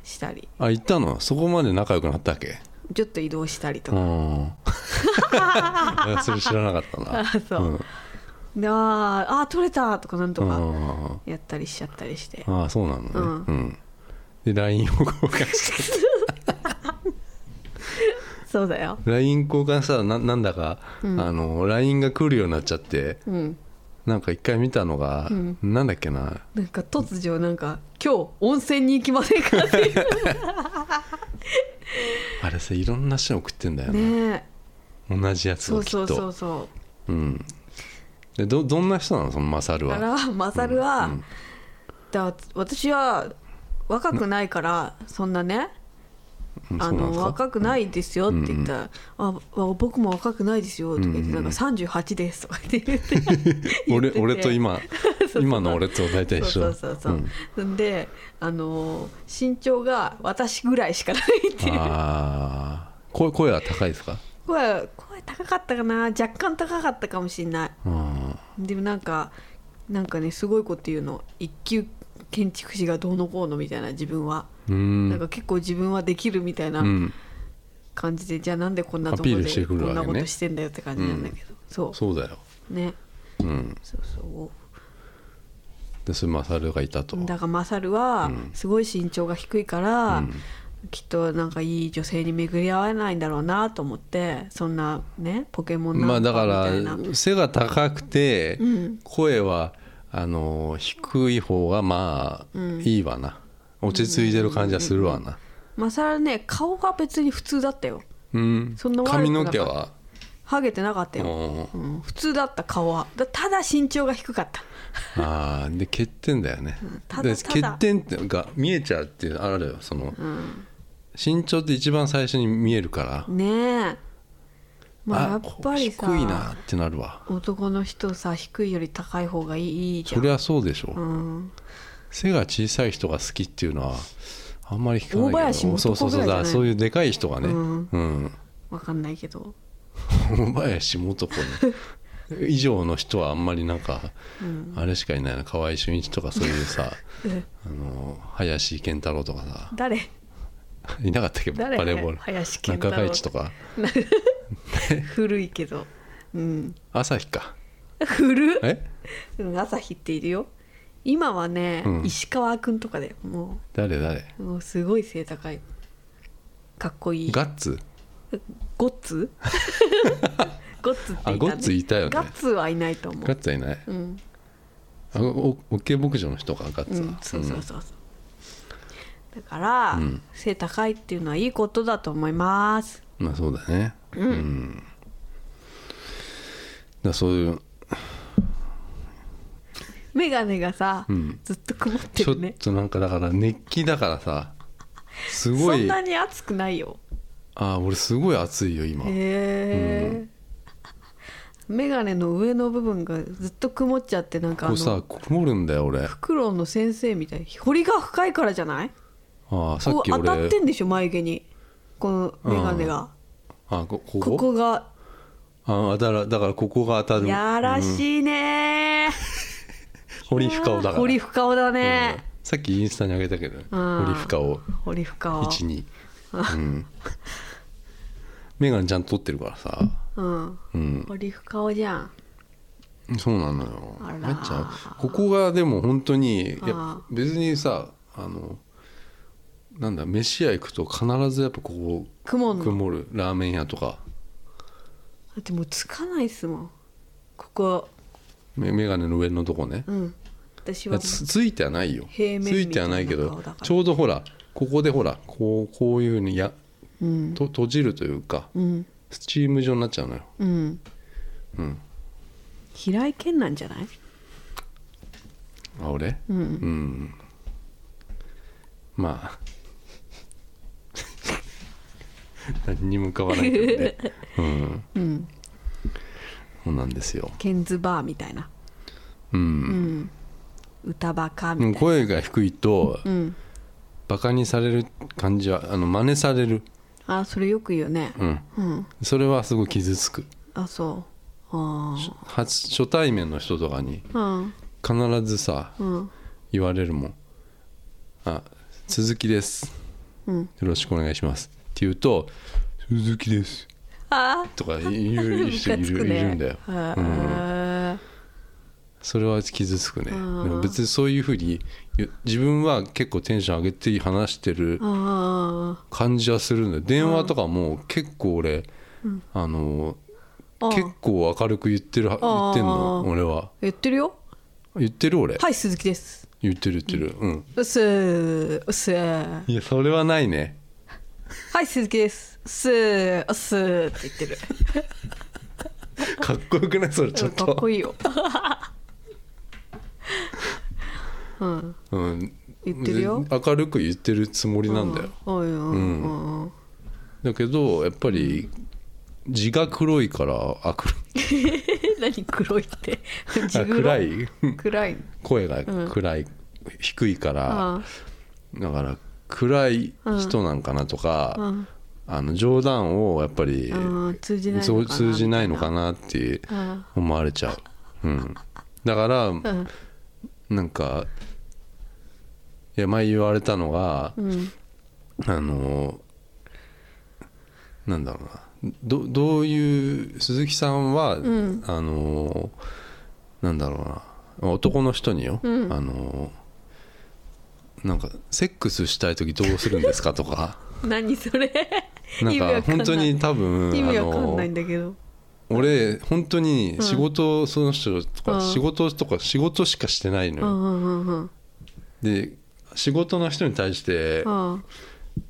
Speaker 1: したり
Speaker 2: あ行ったのそこまで仲良くなったっけ
Speaker 1: ちょっと移動したりと
Speaker 2: う
Speaker 1: か、
Speaker 2: ん いやそれ知らなかったな
Speaker 1: あそう、
Speaker 2: ん
Speaker 1: であーあー取れたとかなんと
Speaker 2: う
Speaker 1: か
Speaker 2: ん
Speaker 1: やったりしちゃったりして、
Speaker 2: ああそうなのね、う
Speaker 1: うんん
Speaker 2: で LINE を交換した
Speaker 1: そうだよ
Speaker 2: LINE 交換したらななんだか、あの LINE が来るようになっちゃって
Speaker 1: うん
Speaker 2: なんか一回見たのが、
Speaker 1: ん
Speaker 2: なんだっけな
Speaker 1: なんか突如なんか「今日温泉に行きませんか?」っていう
Speaker 2: あれさいろんな人に送ってんだよ ね
Speaker 1: ね
Speaker 2: 同じやつ
Speaker 1: そ
Speaker 2: を
Speaker 1: う
Speaker 2: きっと
Speaker 1: そうそうそう
Speaker 2: うん、でどどんな人なのそのマサル
Speaker 1: だか
Speaker 2: は
Speaker 1: らマサルは、だ私は若くないからそんなね
Speaker 2: うん
Speaker 1: あ
Speaker 2: そうなん
Speaker 1: の
Speaker 2: ですか
Speaker 1: 若くないですよって言ったら「あわ僕も若くないですよ」とか言って「なんか38です」とか言って 言って言って
Speaker 2: 俺
Speaker 1: て
Speaker 2: 俺と今
Speaker 1: そう
Speaker 2: 今の俺と大体一緒
Speaker 1: そうそうそうそう、ん、であのー身長が私ぐらいしかないっていう
Speaker 2: ああ声声は高いですか
Speaker 1: 声声高かったかな若干高かったかもしれない
Speaker 2: うん
Speaker 1: でもなんかなんかねすごいこと言うの一級建築士がどうのこうのみたいな自分は、
Speaker 2: うん
Speaker 1: なんか結構自分はできるみたいな
Speaker 2: うん
Speaker 1: 感じで、じゃあなんでこんなとこ
Speaker 2: アピー
Speaker 1: で
Speaker 2: ルして
Speaker 1: こ
Speaker 2: くるわけ
Speaker 1: ん
Speaker 2: ね
Speaker 1: なことしてんだよって感じなんだけど、そう
Speaker 2: そうだよ
Speaker 1: ね
Speaker 2: うん
Speaker 1: そうそう
Speaker 2: でそれマサルがいたと
Speaker 1: だからマサルはすごい身長が低いから、きっとなんかいい女性に巡り合えないんだろうなと思ってそんなねポケモン
Speaker 2: ま
Speaker 1: な
Speaker 2: あ
Speaker 1: んか
Speaker 2: だ
Speaker 1: みたいな、
Speaker 2: から背が高くて声はあの低い方がまあいいわな落ち着いてる感じはするわな
Speaker 1: マサルね顔が別に普通だったよ
Speaker 2: うん
Speaker 1: そんな悪くなかった
Speaker 2: 髪の毛は
Speaker 1: ハゲてなかったよ、
Speaker 2: うん
Speaker 1: うん普通だった顔はだただ身長が低かった
Speaker 2: ああで欠点だよね
Speaker 1: ただ
Speaker 2: で
Speaker 1: ただ
Speaker 2: 欠点ってが見えちゃうっていうのあるよその身長って一番最初に見えるから
Speaker 1: ねえまあやっぱりさ
Speaker 2: 低いなってなるわ
Speaker 1: 男の人さ低いより高い方がいいいいじゃ
Speaker 2: そ
Speaker 1: ん
Speaker 2: りゃそうでしょ
Speaker 1: うん、
Speaker 2: 背が小さい人が好きっていうのはあんまり聞かないけど
Speaker 1: 大林素子
Speaker 2: そうそう
Speaker 1: ぐ
Speaker 2: そう
Speaker 1: らいじゃ
Speaker 2: だ
Speaker 1: ない
Speaker 2: そういうでかい人がねう
Speaker 1: うん
Speaker 2: ん
Speaker 1: わかんないけど
Speaker 2: 大林素子ね以上の人はあんまりなんか、あれしかいないな河合俊一とかそうい うさ
Speaker 1: うん
Speaker 2: あの林健太郎とかさ
Speaker 1: 誰
Speaker 2: いなかったっけバ
Speaker 1: 誰
Speaker 2: レーボール
Speaker 1: 林健太
Speaker 2: 中
Speaker 1: 郎
Speaker 2: 川一とか
Speaker 1: 古いけどうん
Speaker 2: 朝日か
Speaker 1: 古っ
Speaker 2: え
Speaker 1: うん朝日っているよ今はね、
Speaker 2: うん
Speaker 1: 石川君とかだよも
Speaker 2: 誰誰
Speaker 1: うもうすごい背高いかっこいい
Speaker 2: ガッツ
Speaker 1: ゴッ ツゴッツっていた、
Speaker 2: あ
Speaker 1: ね、
Speaker 2: ゴッツいたよね
Speaker 1: ガッツはいないと思
Speaker 2: ガッ
Speaker 1: う
Speaker 2: ツはいない
Speaker 1: うん、
Speaker 2: あおオッケー牧場の人かガッ
Speaker 1: う
Speaker 2: ツは、
Speaker 1: ん、そうそうそうそうだから、
Speaker 2: ん
Speaker 1: 背高いっていうのはいいことだと思います
Speaker 2: まあそうだねうん、だからそういう
Speaker 1: 眼鏡がさ、
Speaker 2: ん
Speaker 1: ずっと曇って
Speaker 2: ちょっ
Speaker 1: るね
Speaker 2: となんかだから熱気だからさすご
Speaker 1: そん
Speaker 2: い
Speaker 1: な
Speaker 2: あ
Speaker 1: に暑くないよ
Speaker 2: ー俺すごい暑いよ今
Speaker 1: へえ、メガネの上の部分がずっと曇っちゃってなんかあ
Speaker 2: こう
Speaker 1: の
Speaker 2: さ曇るんだよ俺あ
Speaker 1: フクロウの先生みたい彫りが深いからじゃない
Speaker 2: ーさ
Speaker 1: こ
Speaker 2: っ
Speaker 1: う
Speaker 2: き
Speaker 1: 当たっ
Speaker 2: 俺
Speaker 1: てんでしょ眉毛にこのメガネが、
Speaker 2: あこここ
Speaker 1: ここが
Speaker 2: あーだからだからここが当たる
Speaker 1: やら
Speaker 2: い、
Speaker 1: しいね
Speaker 2: 堀深尾だから
Speaker 1: 彫り深尾だ
Speaker 2: うん
Speaker 1: ね、
Speaker 2: さっきインスタにあげたけど
Speaker 1: ん
Speaker 2: 堀深尾
Speaker 1: 彫り深尾
Speaker 2: 12うん 眼鏡ちゃんと取ってるからさ
Speaker 1: うん
Speaker 2: うん
Speaker 1: 彫り深尾じゃん
Speaker 2: そうなのよ
Speaker 1: あら
Speaker 2: なっちゃうここがでも本当にいや
Speaker 1: あ
Speaker 2: 別にさあのなんだ飯屋行くと必ずやっぱこ
Speaker 1: 雲
Speaker 2: こ
Speaker 1: のだ
Speaker 2: 曇るラーメン屋とか
Speaker 1: ってもうつかないっすもんここ
Speaker 2: め眼鏡の上のとこね
Speaker 1: うん私
Speaker 2: いや
Speaker 1: は
Speaker 2: つついてはないよつ
Speaker 1: 平面
Speaker 2: いてはないけ
Speaker 1: みたい
Speaker 2: ど
Speaker 1: な顔だから
Speaker 2: ちょうどほらここでほらこうこういうふうにや
Speaker 1: うん
Speaker 2: と閉じるというか
Speaker 1: うん
Speaker 2: スチーム状になっちゃうのよ
Speaker 1: うん
Speaker 2: うん
Speaker 1: 平井堅なんじゃない
Speaker 2: あ俺
Speaker 1: う
Speaker 2: うんんまあ 何にも浮かばないけどねうん
Speaker 1: うん
Speaker 2: そうなんですよ
Speaker 1: ケンズバーみたいな
Speaker 2: う、
Speaker 1: うんん歌バカ
Speaker 2: でも
Speaker 1: みたいな
Speaker 2: 声が低いと
Speaker 1: うん
Speaker 2: バカにされる感じはあの真似される
Speaker 1: あそれよく言うね
Speaker 2: うん
Speaker 1: うん
Speaker 2: それはすごい傷つく
Speaker 1: あそうあ
Speaker 2: 初初対面の人とかに
Speaker 1: あうん
Speaker 2: 必ずさ
Speaker 1: うん
Speaker 2: 言われるもん「あ鈴木です
Speaker 1: うん
Speaker 2: よろしくお願いします」って言うと「鈴木です
Speaker 1: あ」
Speaker 2: と か言
Speaker 1: ー
Speaker 2: う
Speaker 1: ム
Speaker 2: 人
Speaker 1: カ
Speaker 2: い
Speaker 1: つく
Speaker 2: る,、
Speaker 1: ね
Speaker 2: いるんだよ
Speaker 1: へー
Speaker 2: それは傷つくねで
Speaker 1: うん
Speaker 2: も別にそういうふうにゆ自分は結構テンション上げて話してる
Speaker 1: あ
Speaker 2: 感じはするんだよ電話とかも結構俺、あの
Speaker 1: ーあ
Speaker 2: 結構明るく言ってる言ってんの
Speaker 1: あー
Speaker 2: 俺は
Speaker 1: 言ってるよ
Speaker 2: 言ってる俺、
Speaker 1: はい鈴木です
Speaker 2: 言ってる言ってるうん
Speaker 1: うっすーうっすー
Speaker 2: いやそれはないね
Speaker 1: はい鈴木ですうっすーうっすーって言ってる
Speaker 2: かっこよくないそれちょっ、
Speaker 1: かっこといいようん
Speaker 2: うん、
Speaker 1: 言ってるよ
Speaker 2: 明るく言ってるつもりなんだよ、
Speaker 1: うんうんうんうん
Speaker 2: だけどやっぱり字が黒いからあ黒い
Speaker 1: え何黒いって
Speaker 2: あ
Speaker 1: 地黒
Speaker 2: 暗い
Speaker 1: 暗い
Speaker 2: 声が暗い、低いから
Speaker 1: あ
Speaker 2: だから暗い人なんかなとか、
Speaker 1: あうん
Speaker 2: あの冗談をやっぱり、
Speaker 1: うん通じないのか
Speaker 2: そ
Speaker 1: な
Speaker 2: う通じないのかなって
Speaker 1: あ
Speaker 2: 思われちゃう、うん、だから、
Speaker 1: あうん
Speaker 2: なんかいや前言われたのが、
Speaker 1: うん
Speaker 2: あのなんだろうなどどういう鈴木さんは、
Speaker 1: ん
Speaker 2: あのなんだろうな男の人によ、
Speaker 1: うん
Speaker 2: あのなんかセックスしたい時どうするんですかとか
Speaker 1: 何それ
Speaker 2: なん
Speaker 1: 意味わかんな
Speaker 2: か
Speaker 1: い
Speaker 2: 本当に多分
Speaker 1: 意味
Speaker 2: あ
Speaker 1: わかん
Speaker 2: の
Speaker 1: ないんだけど
Speaker 2: 俺本当に仕事、その人と
Speaker 1: う
Speaker 2: か
Speaker 1: ん
Speaker 2: 仕事とか仕事しかしてないの
Speaker 1: う
Speaker 2: よ、
Speaker 1: んうんうんうん
Speaker 2: で仕事の人に対して
Speaker 1: うん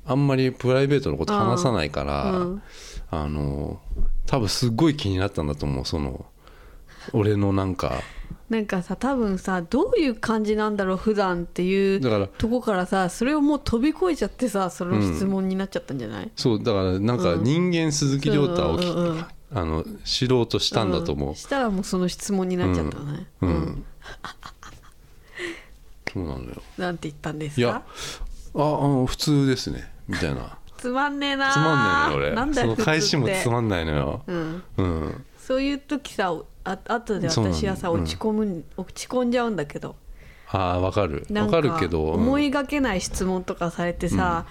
Speaker 2: あんまりプライベートのこと話さないから、
Speaker 1: うん
Speaker 2: あの多分すっごい気になったんだと思うその俺のなんか
Speaker 1: なんかさ多分さどういう感じなんだろう普段っていう
Speaker 2: だから
Speaker 1: とこからさそれをもう飛び越えちゃってさその質問になっちゃったんじゃない、
Speaker 2: そうだからなんか人間鈴木亮太をき、
Speaker 1: うんうんうん
Speaker 2: あの知ろうとしたんだと思う、
Speaker 1: うしたらもうその質問になっちゃったのね、
Speaker 2: うんそうなのよ
Speaker 1: なんて言ったんです
Speaker 2: いや
Speaker 1: か
Speaker 2: ああ普通ですねみたいな
Speaker 1: つまんねえな
Speaker 2: つまんないのよ俺
Speaker 1: なんだよ
Speaker 2: その返しもつ
Speaker 1: ん、
Speaker 2: まんないのよ
Speaker 1: うん、
Speaker 2: うん
Speaker 1: そういう時さあ後で私はさ
Speaker 2: そう
Speaker 1: 落
Speaker 2: なんだ
Speaker 1: ち込む、落ち込んじゃうんだけど
Speaker 2: ああわかる
Speaker 1: な
Speaker 2: わ
Speaker 1: ん
Speaker 2: かるけど、うん
Speaker 1: 思いがけない質問とかされてさ、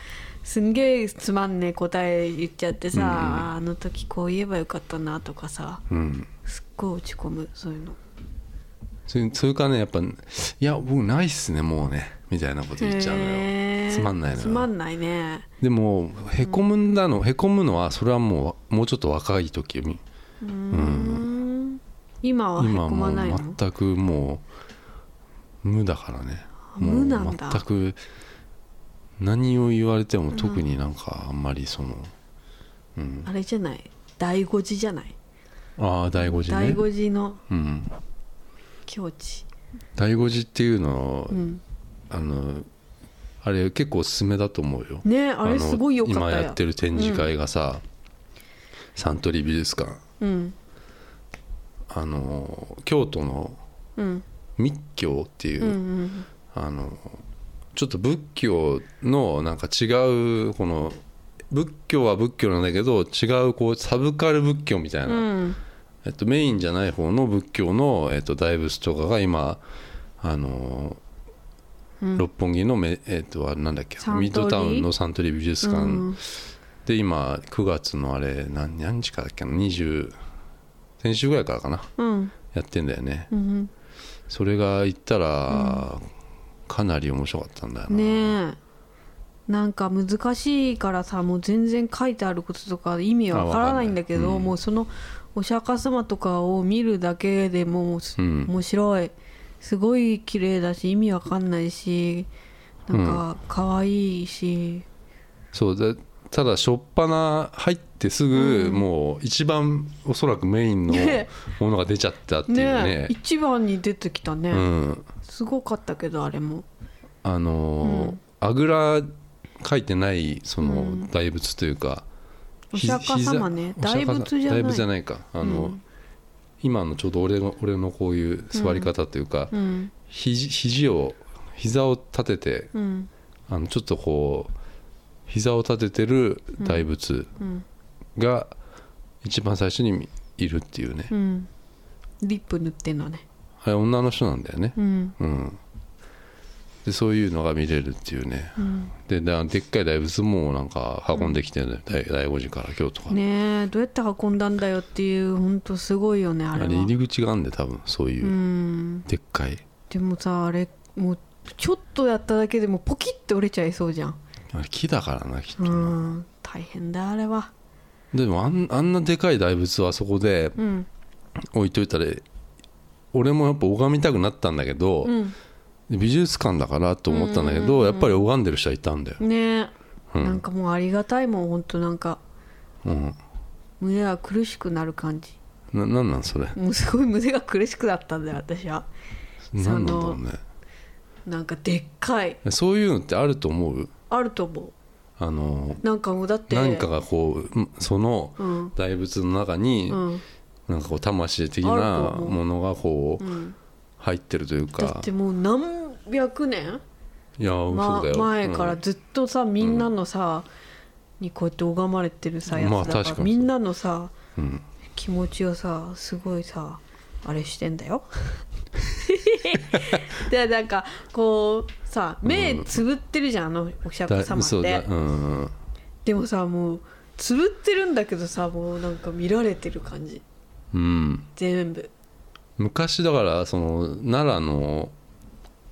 Speaker 1: すんげえつまんねえ答え言っちゃってさ、
Speaker 2: うんうん
Speaker 1: あの時こう言えばよかったなとかさ
Speaker 2: うん
Speaker 1: すっごい落ち込むそういうの
Speaker 2: それそれからねやっぱ「いや僕ないっすねもうね」みたいなこと言っちゃうの
Speaker 1: へ
Speaker 2: よ
Speaker 1: ー
Speaker 2: つまんない
Speaker 1: つ
Speaker 2: の
Speaker 1: ま
Speaker 2: よ
Speaker 1: んないね
Speaker 2: でもへこむんだの、へこむのはそれはもうもうちょっと若い時に
Speaker 1: うーん今はへ
Speaker 2: 今
Speaker 1: こ
Speaker 2: はも
Speaker 1: まないうの
Speaker 2: 全くもう無だからねも
Speaker 1: 無なん
Speaker 2: う
Speaker 1: だ
Speaker 2: 全く何を言われても特になんかあんまりその、うん、
Speaker 1: あれじゃない第五次じゃない
Speaker 2: ああ第五次
Speaker 1: 第
Speaker 2: ね
Speaker 1: 五次の
Speaker 2: うん
Speaker 1: 境地
Speaker 2: 第五次っていうのを
Speaker 1: うん
Speaker 2: あのあれ結構おすすめだと思うよ
Speaker 1: ねあれすごい良かった
Speaker 2: あの今やって
Speaker 1: る
Speaker 2: る展示会がさ、サントリー美術館
Speaker 1: うん
Speaker 2: あの京都の
Speaker 1: うん
Speaker 2: 密教っていう、
Speaker 1: うんうん
Speaker 2: あのちょっと仏教のなんか違うこの仏教は仏教なんだけど違うこうサブカル仏教みたいな、
Speaker 1: うん
Speaker 2: えっと、メインじゃない方の仏教の、えっと、大仏とかが今あの、
Speaker 1: うん
Speaker 2: 六本木のめ、えっと、あれなんだっけ
Speaker 1: サントリー
Speaker 2: ミッドタウンのサントリー美術館、
Speaker 1: うん
Speaker 2: で今9月のあれ何何日からだっけな20先週ぐらいからかな
Speaker 1: うん
Speaker 2: やってんだよね
Speaker 1: うん
Speaker 2: それが行ったら、かなり面白かったんだよな、
Speaker 1: ねえなんか難しいからさもう全然書いてあることとか意味わからないんだけ
Speaker 2: あわ
Speaker 1: ど、
Speaker 2: かんないうん
Speaker 1: もうそのお釈迦様とかを見るだけでもうす
Speaker 2: うん
Speaker 1: 面白いすごい綺麗だし意味わかんないしなんか可愛いし、
Speaker 2: そうだただしょっぱな入ってすぐ、もう一番おそらくメインの
Speaker 1: ね
Speaker 2: ものが出ちゃったっていう
Speaker 1: ね
Speaker 2: ね
Speaker 1: え一番に出てきたね、
Speaker 2: うん
Speaker 1: すごかったけどあれも
Speaker 2: あのーあぐら書いてないその大仏というか、
Speaker 1: お
Speaker 2: ひ
Speaker 1: 釈迦様ね
Speaker 2: 膝お釈迦
Speaker 1: 大仏じゃない
Speaker 2: 大仏じゃないかあの、
Speaker 1: うん
Speaker 2: 今のちょうど俺の俺のこういう座り方というか、
Speaker 1: うん
Speaker 2: 肘肘を膝を立てて
Speaker 1: うん
Speaker 2: あのちょっとこう膝を立ててる大仏
Speaker 1: うん
Speaker 2: が一番最初にいるっていうね、
Speaker 1: うんリップ塗ってんのね
Speaker 2: あれ女の人なんだよね、
Speaker 1: うん
Speaker 2: うん、でそういうのが見れるっていうね、でだでっかい大仏もなんか運んできてね、大醍醐寺から京都から、
Speaker 1: ねえどうやって運んだんだよっていう本当すごいよねあ
Speaker 2: あ
Speaker 1: れは
Speaker 2: れ入り口があんで多分そういう、
Speaker 1: うん
Speaker 2: でっかい
Speaker 1: でもさあれもうちょっとやっただけでもポキって折れちゃいそうじゃん
Speaker 2: あれ木だからなきっと
Speaker 1: う
Speaker 2: な、
Speaker 1: ん大変だあれは
Speaker 2: でもあんあんなでかい大仏はそこで
Speaker 1: うん
Speaker 2: 置いといたら俺もやっぱ拝みたくなったんだけど、
Speaker 1: うん
Speaker 2: 美術館だからと思ったんだけど、やっぱり拝んでる人はいたんだよ、
Speaker 1: ねえ、
Speaker 2: うん
Speaker 1: なんかもうありがたいもん本当なんか
Speaker 2: うん、
Speaker 1: 胸が苦しくなる感じ
Speaker 2: ななんなんそれ
Speaker 1: もうすごい胸が苦しくなったんだよ私は
Speaker 2: なんなんだろうね
Speaker 1: なんかでっかい
Speaker 2: そういうのってあると思う
Speaker 1: あると思
Speaker 2: あの
Speaker 1: うなんかもうだって
Speaker 2: 何かがこううんその
Speaker 1: うん
Speaker 2: 大仏の中に、
Speaker 1: うん
Speaker 2: なんかこう魂的
Speaker 1: ある
Speaker 2: な
Speaker 1: と思う
Speaker 2: ものがこう
Speaker 1: うん
Speaker 2: 入ってるという
Speaker 1: だっ
Speaker 2: か
Speaker 1: てもう何百年、
Speaker 2: いやそう
Speaker 1: ま
Speaker 2: だよ、
Speaker 1: 前から
Speaker 2: うん
Speaker 1: ずっとさみんなのさ、にこうやって拝まれてるさやつ
Speaker 2: まあ
Speaker 1: だから,、
Speaker 2: 確かに
Speaker 1: みんなのさ
Speaker 2: うん
Speaker 1: 気持ちをさすごいさあれしてんだよ。 でなんかこうさ目つぶってるじゃん、あのお釈迦
Speaker 2: だ
Speaker 1: 様
Speaker 2: そう
Speaker 1: っ
Speaker 2: だ
Speaker 1: て
Speaker 2: うん
Speaker 1: でもさもうつぶってるんだけどさもうなんか見られてる感じ
Speaker 2: うん
Speaker 1: 全部
Speaker 2: 昔だからその奈良の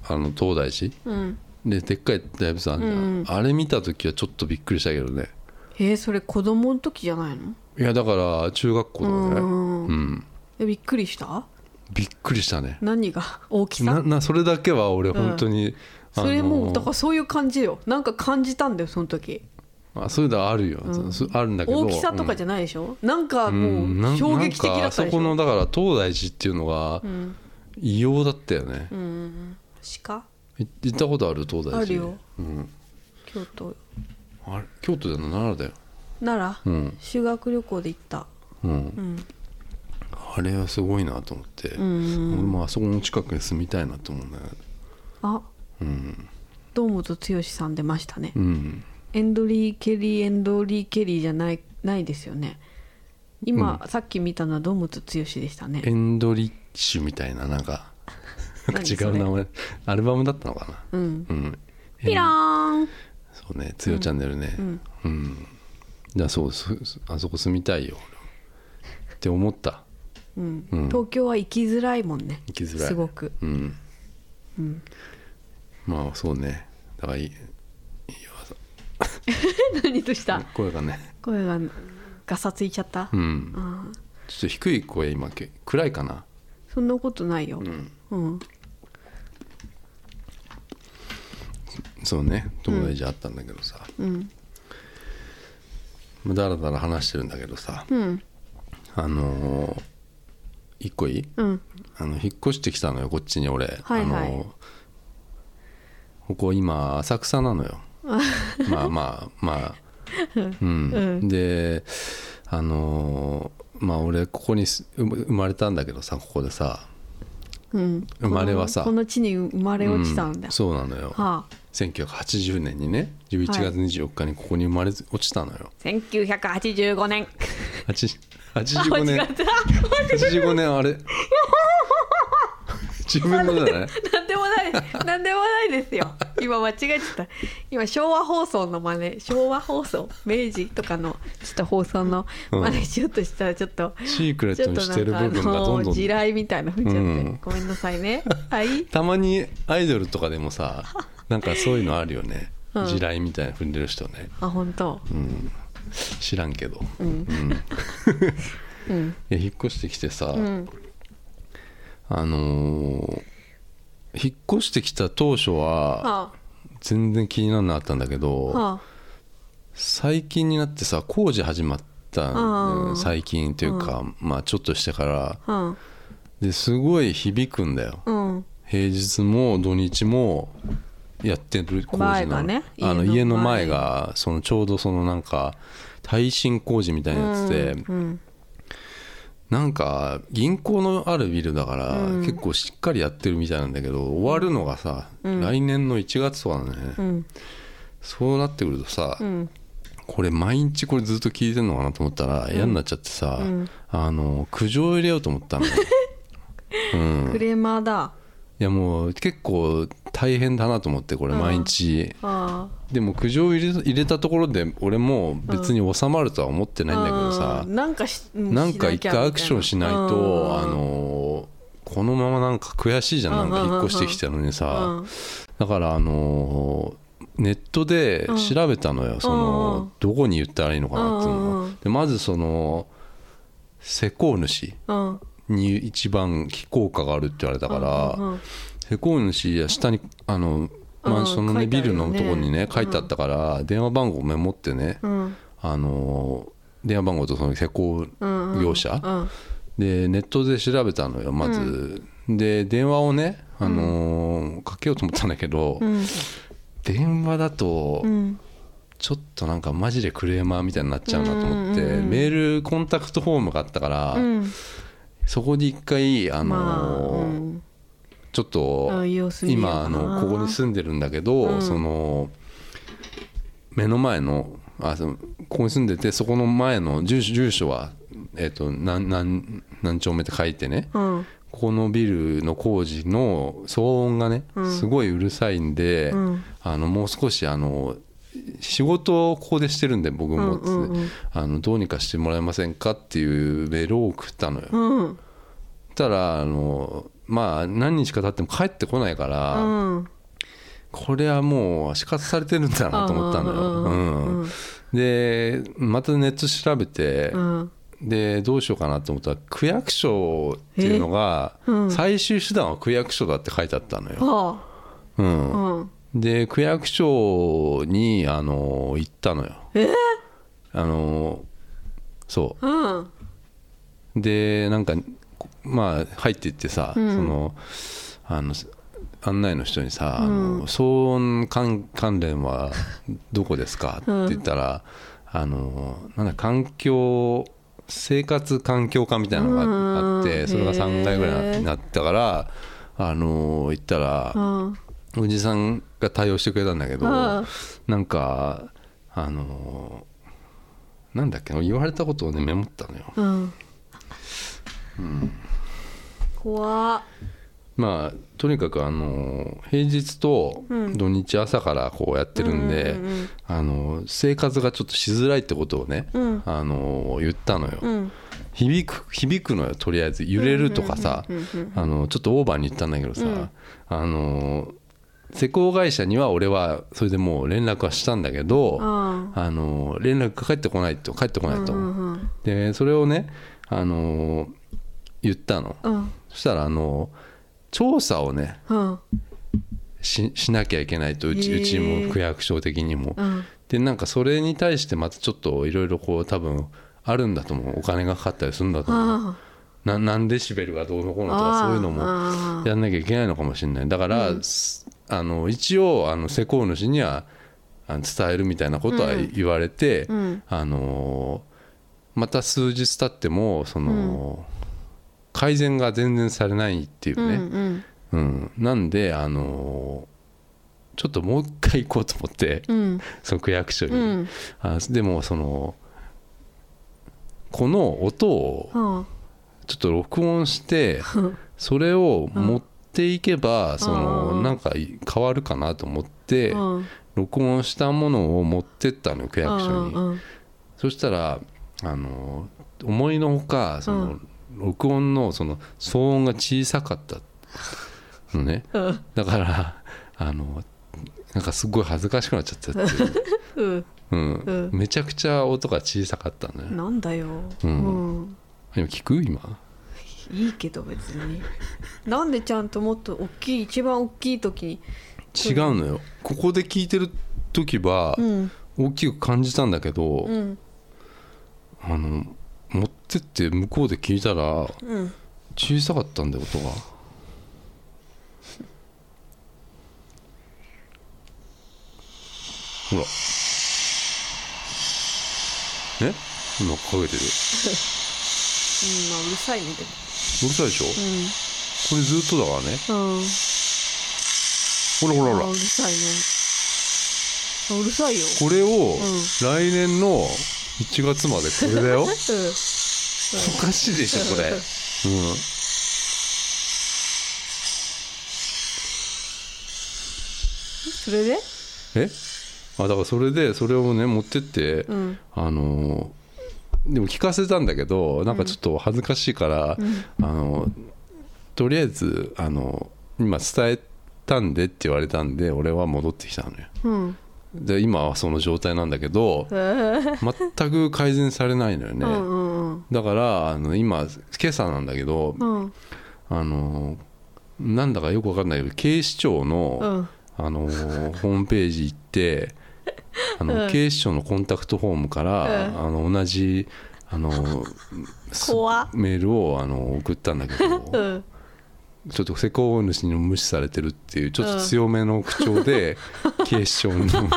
Speaker 2: あの東大寺
Speaker 1: うん
Speaker 2: ででっかい大仏あるじゃん、
Speaker 1: うん
Speaker 2: あれ見た時はちょっとびっくりしたけどね
Speaker 1: えー、それ子供の時じゃないの
Speaker 2: いやだから中学校とかね
Speaker 1: うん
Speaker 2: うん
Speaker 1: えびっくりした
Speaker 2: びっくりしたね
Speaker 1: 何が大きさ
Speaker 2: ななそれだけは俺本当に、あの
Speaker 1: それもうだからそういう感じよなんか感じたんだよその時
Speaker 2: あそういうのはあるよ、そあるんだけど
Speaker 1: 大きさとか
Speaker 2: ゃ、
Speaker 1: じゃないでしょ、なんか
Speaker 2: うんな
Speaker 1: もう衝撃的
Speaker 2: なん
Speaker 1: だ
Speaker 2: か
Speaker 1: ったでし
Speaker 2: そこ
Speaker 1: ょ
Speaker 2: のだから東大寺っていうのが
Speaker 1: ん
Speaker 2: 異様だったよね、
Speaker 1: うん鹿
Speaker 2: い行ったことある東大寺
Speaker 1: あるよ、
Speaker 2: うん、
Speaker 1: 京都
Speaker 2: あれ京都じゃない奈良だよ
Speaker 1: 奈良、
Speaker 2: うん
Speaker 1: 修学旅行で行った
Speaker 2: うん、
Speaker 1: うん
Speaker 2: あれはすごいなと思って、
Speaker 1: ん
Speaker 2: 俺もあそこの近くに住みたいなと思うんだよね
Speaker 1: あ
Speaker 2: うん、
Speaker 1: 堂本剛さん出ましたね、
Speaker 2: うん、
Speaker 1: エンドリー・ケリーエンドリー・ケリーじゃないないですよね今、さっき見たのは堂本剛でしたね
Speaker 2: エンドリッシュみたいななんかな
Speaker 1: 何
Speaker 2: んか違
Speaker 1: それ
Speaker 2: う名前アルバムだったのかな
Speaker 1: うん
Speaker 2: うん
Speaker 1: ピラーン
Speaker 2: そうね「つよチャンネルね」うん、じゃあそうすあそこ住みたいよ俺って思った
Speaker 1: うん
Speaker 2: うん
Speaker 1: 東京は行きづらいもんね
Speaker 2: 行きづらい
Speaker 1: すご く
Speaker 2: うん、まあそうねだからいいいいよ
Speaker 1: 何とした
Speaker 2: 声がね
Speaker 1: 声がガサついちゃった、
Speaker 2: うん
Speaker 1: ああ
Speaker 2: ちょっと低い声今け暗いかな
Speaker 1: そんなことないよ
Speaker 2: ん
Speaker 1: うん、
Speaker 2: そうね友達あったんだけどさ、
Speaker 1: うん
Speaker 2: まあだらだら話してるんだけどさ
Speaker 1: うん
Speaker 2: あのー一個いい
Speaker 1: うん
Speaker 2: あの引っ越してきたのよこっちに俺、
Speaker 1: はいはい
Speaker 2: あのここ今浅草な のよまあまあまあうん、であのーまあ俺ここにす生まれたんだけどさここでさ
Speaker 1: うん
Speaker 2: 生まれはさ
Speaker 1: このこの地に生まれ落ちたんだ、
Speaker 2: うそうなのよ
Speaker 1: はあ
Speaker 2: 1980年にね11月
Speaker 1: はい
Speaker 2: 24日にここに生まれ落ちたのよ、
Speaker 1: 1985年
Speaker 2: 8
Speaker 1: あ
Speaker 2: 85
Speaker 1: 違
Speaker 2: 年
Speaker 1: った
Speaker 2: 85年あれ自分のじゃない
Speaker 1: なんでもないなんでもないですよ今間違えちゃった今昭和放送の真似昭和放送明治とかのちょっと放送の真似しようとしたらちょっと、
Speaker 2: シークレ
Speaker 1: ち
Speaker 2: ッ
Speaker 1: ょ
Speaker 2: ト
Speaker 1: っ
Speaker 2: に
Speaker 1: とな
Speaker 2: して
Speaker 1: ん
Speaker 2: る
Speaker 1: かあ
Speaker 2: 部分がどんど
Speaker 1: の
Speaker 2: ん
Speaker 1: 地雷みたいな吹いちゃって、
Speaker 2: うん
Speaker 1: ごめんなさいねはい
Speaker 2: たまにアイドルとかでもさなんかそういうのあるよね、
Speaker 1: うん
Speaker 2: 地雷みたいな踏んでる人ね、
Speaker 1: あ本当
Speaker 2: うん、知らんけど、
Speaker 1: うん うん
Speaker 2: いや引っ越してきてさ、
Speaker 1: うん
Speaker 2: あのー引っ越してきた当初は
Speaker 1: は
Speaker 2: 全然気にならなかったんだけど、
Speaker 1: あはあ
Speaker 2: 最近になってさ工事始まったんだよ
Speaker 1: あ
Speaker 2: ね
Speaker 1: ー
Speaker 2: 最近というか、まあちょっとしてから
Speaker 1: は
Speaker 2: ですごい響くんだよ、
Speaker 1: あうん
Speaker 2: 平日も土日もやってる工事な
Speaker 1: 前が
Speaker 2: の,、
Speaker 1: ね
Speaker 2: あの
Speaker 1: 家
Speaker 2: 家
Speaker 1: の
Speaker 2: の
Speaker 1: 前
Speaker 2: 前がそのちょうどそのなんか耐震工事みたいなやつで、
Speaker 1: うん
Speaker 2: なんか銀行のあるビルだから結構しっかりやってるみたいなんだけど、終わるのがさ、来年の1月とかなのね、
Speaker 1: うん
Speaker 2: そうなってくるとさ、
Speaker 1: うん
Speaker 2: これ毎日これずっと聞いてんのかなと思ったら嫌になっちゃってさ、あの苦情入れようと思ったのようん
Speaker 1: クレーマーだ
Speaker 2: いやもう結構大変だなと思ってこれ
Speaker 1: うん
Speaker 2: 毎日
Speaker 1: あ
Speaker 2: でも苦情を入れ入れたところで俺もう別に収まるとは思って
Speaker 1: ー
Speaker 2: ないんだけどさ
Speaker 1: あーなんかし
Speaker 2: なんか一回アクションしないとあのーこのままなんか悔しいじゃんなんか引っ越してきたのにさだからあのーネットで調べたのよそ
Speaker 1: うんう
Speaker 2: の
Speaker 1: ん
Speaker 2: どこに言ったらいいのかなっていう
Speaker 1: うんう
Speaker 2: の
Speaker 1: ん
Speaker 2: はでまずその施工主
Speaker 1: うん
Speaker 2: に一番非効果があるって言われたか
Speaker 1: う
Speaker 2: ら
Speaker 1: んうん
Speaker 2: 施工主や下にあのマンションのね
Speaker 1: うん書
Speaker 2: ビ
Speaker 1: いてあ
Speaker 2: ル
Speaker 1: るよ
Speaker 2: の
Speaker 1: ね
Speaker 2: とこにね書いてあったから電話番号メモってね
Speaker 1: うん
Speaker 2: あのー電話番号とその施工
Speaker 1: うんうん
Speaker 2: 業者
Speaker 1: うん
Speaker 2: でネットで調べたのよまず、で電話をね、あのーかけようと思ったんだけど、
Speaker 1: うん
Speaker 2: 電話だと
Speaker 1: うん
Speaker 2: ちょっとなんかマジでクレーマーみたいになっちゃうなと思って、
Speaker 1: うんうんうんうん
Speaker 2: メールコンタクトフォームがあったから、
Speaker 1: うん
Speaker 2: そこで一回、あのー
Speaker 1: まあうん
Speaker 2: ちょっと
Speaker 1: あ様子見よう
Speaker 2: 今あ
Speaker 1: かな
Speaker 2: のここに住んでるんだけど、
Speaker 1: うん
Speaker 2: その目の前のあそのここに住んでてそこの前の住所住所は、えっと何何何丁目って書いてね、
Speaker 1: うん
Speaker 2: ここのビルの工事の騒音がね、
Speaker 1: うん
Speaker 2: すごいうるさいんで、
Speaker 1: うん
Speaker 2: あのもう少しあの仕事をここでしてるんで僕もつって、
Speaker 1: うんうんうん
Speaker 2: あのどうにかしてもらえませんかっていうメールを送ったのよ。
Speaker 1: うん
Speaker 2: そしたらあのまあ何日か経っても帰ってこないから、
Speaker 1: うん
Speaker 2: これはもう死活されてるんだなと思ったのよ。うんでまたネット調べて、
Speaker 1: うん
Speaker 2: でどうしようかなと思ったら区役所っていうのが、
Speaker 1: えうん
Speaker 2: 最終手段は区役所だって書いてあったのよ。
Speaker 1: はあ
Speaker 2: うん
Speaker 1: うん
Speaker 2: で区役所にあの行ったのよ。あのそ
Speaker 1: うん
Speaker 2: うでなんかこまあ入っていってさ、
Speaker 1: うん
Speaker 2: そのあの案内の人にさ「あ
Speaker 1: うん
Speaker 2: の騒音関関連はどこですか?」って言ったら、あのなんだ環境生活環境課みたいなのがあっ
Speaker 1: う
Speaker 2: て
Speaker 1: ん
Speaker 2: それが3回ぐらい
Speaker 1: へー
Speaker 2: ななったからあの行ったら
Speaker 1: うん
Speaker 2: おじさんが対応してくれたんだけど
Speaker 1: うん
Speaker 2: なんかあのなんだっけな言われたことをねメモったのよ
Speaker 1: うん怖っ
Speaker 2: まあとにかくあの平日と
Speaker 1: うん
Speaker 2: 土日朝からこうやってるんで
Speaker 1: うんうん
Speaker 2: あの生活がちょっとしづらいってことをね
Speaker 1: うん
Speaker 2: あの言ったのよ
Speaker 1: うん
Speaker 2: 響く響くのよとりあえず揺れるとかさ
Speaker 1: うんうんうんうん
Speaker 2: あのちょっとオーバーに言ったんだけどさ、
Speaker 1: うん
Speaker 2: あの施工会社には俺はそれでもう連絡はしたんだけど、
Speaker 1: あ
Speaker 2: あの連絡が返ってこないと返ってこ
Speaker 1: あ
Speaker 2: ないと、
Speaker 1: うんうん
Speaker 2: でそれをねあの言ったの
Speaker 1: うん
Speaker 2: そしたらあの調査をね
Speaker 1: うん
Speaker 2: ししなきゃいけないとうち,、
Speaker 1: へー
Speaker 2: うちも区役所的にも、
Speaker 1: うん
Speaker 2: でなんかそれに対してまたちょっといろいろこう多分あるんだと思うお金がかかったりするんだと思う、
Speaker 1: あ
Speaker 2: な何デシベルがどうのこうのと
Speaker 1: あ
Speaker 2: かそういうのも
Speaker 1: ああ
Speaker 2: やんなきゃいけないのかもしれないだから、すあの一応あの施工主にはあの伝えるみたいなことは
Speaker 1: うん
Speaker 2: 言われて、
Speaker 1: うん
Speaker 2: あのーまた数日経ってもその、改善が全然されないっていう
Speaker 1: うんう
Speaker 2: ね、
Speaker 1: ん
Speaker 2: うんなんで、あのーちょっともう一回行こうと思って、
Speaker 1: うん
Speaker 2: その区役所に、
Speaker 1: うん
Speaker 2: あでもそのこの音を
Speaker 1: うん
Speaker 2: ちょっと録音 してそれを持っていけば、そ
Speaker 1: うん
Speaker 2: のなんか変わるかなと思って、
Speaker 1: うん
Speaker 2: 録音したものを持ってったのよ区役所に、
Speaker 1: うん
Speaker 2: そしたらあの思いのほかその、
Speaker 1: う
Speaker 2: 録音のその騒音が小さかったのね
Speaker 1: うん
Speaker 2: だからあのなんかすごい恥ずかしくなっちゃったっていう、
Speaker 1: うん
Speaker 2: うん
Speaker 1: うん
Speaker 2: めちゃくちゃ音が小さかったのよ
Speaker 1: なんだよ
Speaker 2: う
Speaker 1: うん
Speaker 2: 今聞く今
Speaker 1: いいけど別になんでちゃんともっと大きい一番大きい時に
Speaker 2: 違うのよここで聞いてる時は
Speaker 1: うん
Speaker 2: 大きく感じたんだけど、
Speaker 1: うん
Speaker 2: あの持ってって向こうで聞いたら
Speaker 1: うん
Speaker 2: 小さかったんだよ音が
Speaker 1: うんまあうる
Speaker 2: ほらえ今かけてる
Speaker 1: さいねでも
Speaker 2: うるさいでしょこれずっとだからね
Speaker 1: うんうん
Speaker 2: ほらほら
Speaker 1: あ
Speaker 2: ほ
Speaker 1: うる
Speaker 2: ら
Speaker 1: さいねあうるさいよ
Speaker 2: これを
Speaker 1: ん
Speaker 2: 来年の1月までこれだよお
Speaker 1: うん
Speaker 2: かしいでしょこれうん
Speaker 1: それで
Speaker 2: えあだからそれでそれをね持ってって、
Speaker 1: うん
Speaker 2: あのーでも聞かせたんだけどなんかちょっと恥ずかしいから、あのとりあえずあの今伝えたんでって言われたんで俺は戻ってきたのよ
Speaker 1: うん
Speaker 2: で今はその状態なんだけど
Speaker 1: うん
Speaker 2: 全く改善されないのよね、
Speaker 1: うん
Speaker 2: だからあの今今朝なんだけど、
Speaker 1: うん
Speaker 2: あのなんだかよくわかんないけど警視庁の、
Speaker 1: うん
Speaker 2: あのーホームページ 行ってあの、
Speaker 1: うん
Speaker 2: 警視庁のコンタクトフォームから、
Speaker 1: うん
Speaker 2: あの同じあのす
Speaker 1: 怖っ
Speaker 2: メールをあの送ったんだけ
Speaker 1: う
Speaker 2: ど
Speaker 1: ん
Speaker 2: ちょっと施工主にも無視されてるっていうちょっと強めの口調 で、警視庁の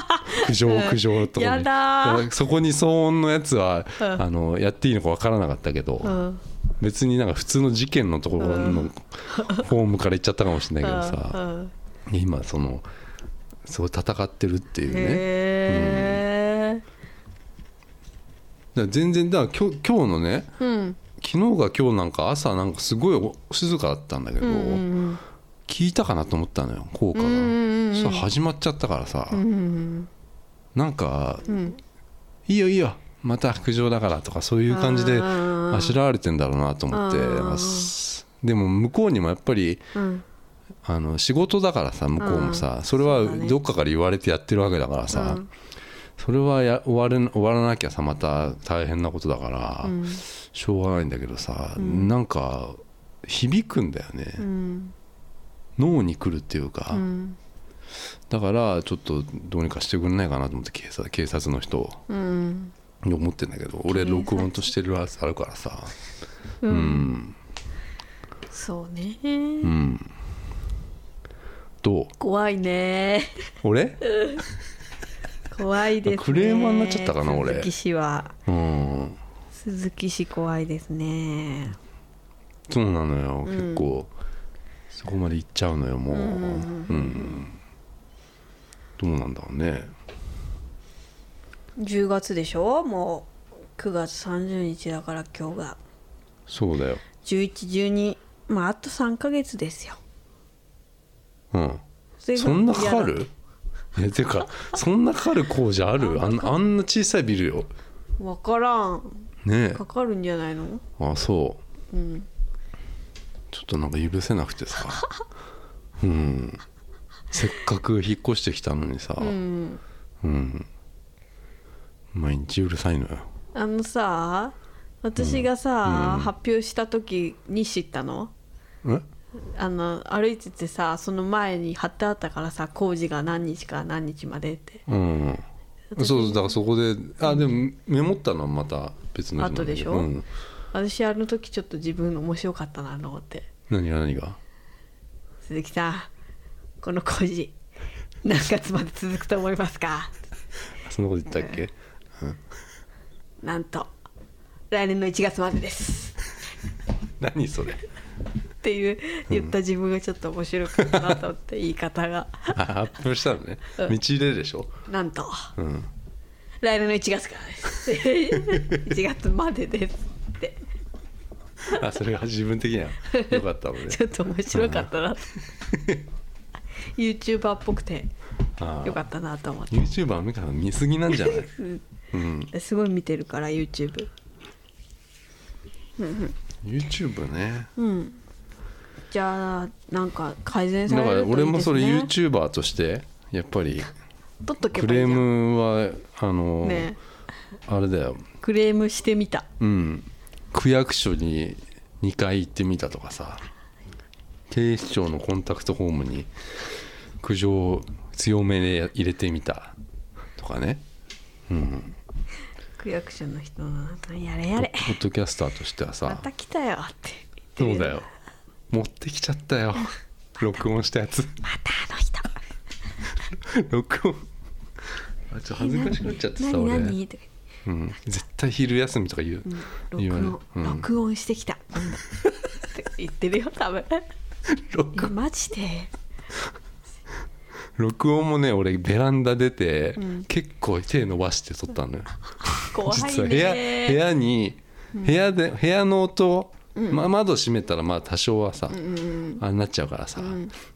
Speaker 2: 苦情苦情とか
Speaker 1: や
Speaker 2: ね、
Speaker 1: だー
Speaker 2: そこに騒音のやつは、
Speaker 1: うん
Speaker 2: あのやっていいのかわからなかったけど、
Speaker 1: うん
Speaker 2: 別になんか普通の事件のところの、
Speaker 1: うん
Speaker 2: フォームから行っちゃったかもしれないけどさ、
Speaker 1: うん
Speaker 2: 今そのすごい戦ってるっていうね
Speaker 1: へえ
Speaker 2: だから全然だから今日今日のね
Speaker 1: うん
Speaker 2: 昨日が今日なんか朝なんかすごいお静かだったんだけど、
Speaker 1: うんうん
Speaker 2: 聞いたかなと思ったのよ効果が、
Speaker 1: うんうんうん
Speaker 2: そしたら始まっちゃったからさ、
Speaker 1: うんうん
Speaker 2: なんか
Speaker 1: うんうん
Speaker 2: 「いいよいいよまた苦情だから」とかそういう感じであしらわれてんだろうなと思って
Speaker 1: うん
Speaker 2: まあすでも向こうにもやっぱり
Speaker 1: うん
Speaker 2: あの仕事だからさ向こうもさ、それは
Speaker 1: そうだね
Speaker 2: どっかから言われてやってるわけだからさ、
Speaker 1: うん
Speaker 2: それはや終われ終わらなきゃさまた大変なことだから、
Speaker 1: うん
Speaker 2: しょうがないんだけどさ、
Speaker 1: ん
Speaker 2: なんか響くんだよね、
Speaker 1: うん
Speaker 2: 脳に来るっていうか、
Speaker 1: うん
Speaker 2: だからちょっとどうにかしてくれないかなと思って警察警察の人を
Speaker 1: うん
Speaker 2: 思ってんだけど俺
Speaker 1: 警察
Speaker 2: 録音としてるやつあるからさ
Speaker 1: う
Speaker 2: うんん
Speaker 1: そう
Speaker 2: う
Speaker 1: ね
Speaker 2: んどう
Speaker 1: 怖いね
Speaker 2: 俺
Speaker 1: 怖いですね
Speaker 2: クレーマーになっちゃったかな俺
Speaker 1: 鈴木氏は
Speaker 2: うん
Speaker 1: 鈴木氏怖いですね
Speaker 2: そうなのよ、
Speaker 1: うん
Speaker 2: 結構そこまで行っちゃうのよもうう、
Speaker 1: うんんうん
Speaker 2: どうなんだろうね
Speaker 1: 10月でしょもう9月30日だから今日が
Speaker 2: そうだよ
Speaker 1: 1112まああと3ヶ月ですよ
Speaker 2: うん
Speaker 1: それが
Speaker 2: そんなかか
Speaker 1: 嫌だ
Speaker 2: るえてかそんなかかる工事あ るあんあんな小さいビルよ
Speaker 1: わからん
Speaker 2: ねえ
Speaker 1: かかるんじゃないの
Speaker 2: あそう
Speaker 1: うん
Speaker 2: ちょっとなんか許せなくてさうんせっかく引っ越してきたのにさ
Speaker 1: う、ん
Speaker 2: うん、毎日うるさいのよ
Speaker 1: あのさ私がさ、発表した時に知ったの
Speaker 2: え
Speaker 1: あの歩いててさその前に貼ってあったからさ工事が何日から何日までって
Speaker 2: うんそうそうだからそこであでもメモったのはまた別の日なん
Speaker 1: 後で
Speaker 2: だけど
Speaker 1: しょ
Speaker 2: うん、
Speaker 1: 私あの時ちょっと自分面白かったなと思って
Speaker 2: 何が何が
Speaker 1: 鈴木さんこの工事何月まで続くと思いますか
Speaker 2: そんなこと言ったっけ、
Speaker 1: なんと来年の1月までです
Speaker 2: 何それ
Speaker 1: っていう言った自分がちょっと面白かったなと思って言い方が
Speaker 2: あ発表したのね
Speaker 1: うん
Speaker 2: 道入れでしょ
Speaker 1: なんと
Speaker 2: うん
Speaker 1: 来年の1月からです1 月までですって
Speaker 2: あそれが自分的には良かったのね
Speaker 1: ちょっと面白かったな YouTuber っぽくて
Speaker 2: あ
Speaker 1: よかったなと思っ
Speaker 2: YouTuber 美香さん見すぎなんじゃない、うん、
Speaker 1: てすごい見てるから YouTube
Speaker 2: YouTube ね
Speaker 1: うんじゃあなんか改善さ
Speaker 2: だか
Speaker 1: れ
Speaker 2: ら
Speaker 1: るといいですね
Speaker 2: 俺もそれ YouTuber としてやっぱり
Speaker 1: 取っとけ
Speaker 2: ク
Speaker 1: ばいい
Speaker 2: レ
Speaker 1: じ
Speaker 2: ー
Speaker 1: ゃん
Speaker 2: ムはあの、
Speaker 1: ね
Speaker 2: あれだよ
Speaker 1: クレームしてみた
Speaker 2: うん区役所に2回行ってみたとかさ警視庁のコンタクトホームに苦情を強めで入れてみたとかねうん
Speaker 1: 区役所の人の後にやれや
Speaker 2: ポ
Speaker 1: れ
Speaker 2: ッドキャスターとしては
Speaker 1: ま
Speaker 2: さ
Speaker 1: た来たよって言
Speaker 2: そ
Speaker 1: ってる
Speaker 2: うだよ持ってきちゃったよ録音したやつ
Speaker 1: またあの人
Speaker 2: 録音あちょっと恥ずかしくなっちゃってさ
Speaker 1: 何
Speaker 2: 俺、
Speaker 1: 何とか
Speaker 2: うん、絶対昼休みとか言う、
Speaker 1: 言って
Speaker 2: 言わ
Speaker 1: 録
Speaker 2: れ
Speaker 1: 音
Speaker 2: るうん
Speaker 1: 録音してきたなんだって言ってるよ多分
Speaker 2: 録
Speaker 1: マジで
Speaker 2: 録音もね俺ベランダ出て、
Speaker 1: ん
Speaker 2: 結構手伸ばして撮ったのよ
Speaker 1: 怖いね
Speaker 2: 実は部屋部屋に部屋で部屋の音まあ、窓閉めたらまあ多少はさ、あれなっちゃうからさ、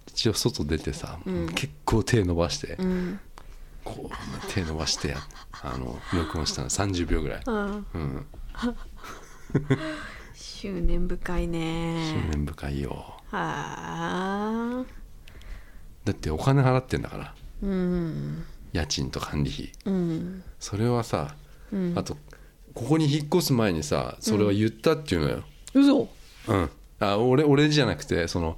Speaker 2: 一応外出てさ、結構手伸ばして、こう手伸ばしてやあの録音したの30秒ぐらい、
Speaker 1: うん
Speaker 2: うん、
Speaker 1: 執念深い
Speaker 2: 執
Speaker 1: ね
Speaker 2: 念深いよ
Speaker 1: はあ
Speaker 2: だってお金払ってんだから
Speaker 1: うん
Speaker 2: 家賃と管理費
Speaker 1: うん
Speaker 2: それはさ、あとここに引っ越す前にさそれは言ったっていうのよ、
Speaker 1: 嘘
Speaker 2: うんあ俺俺じゃなくてその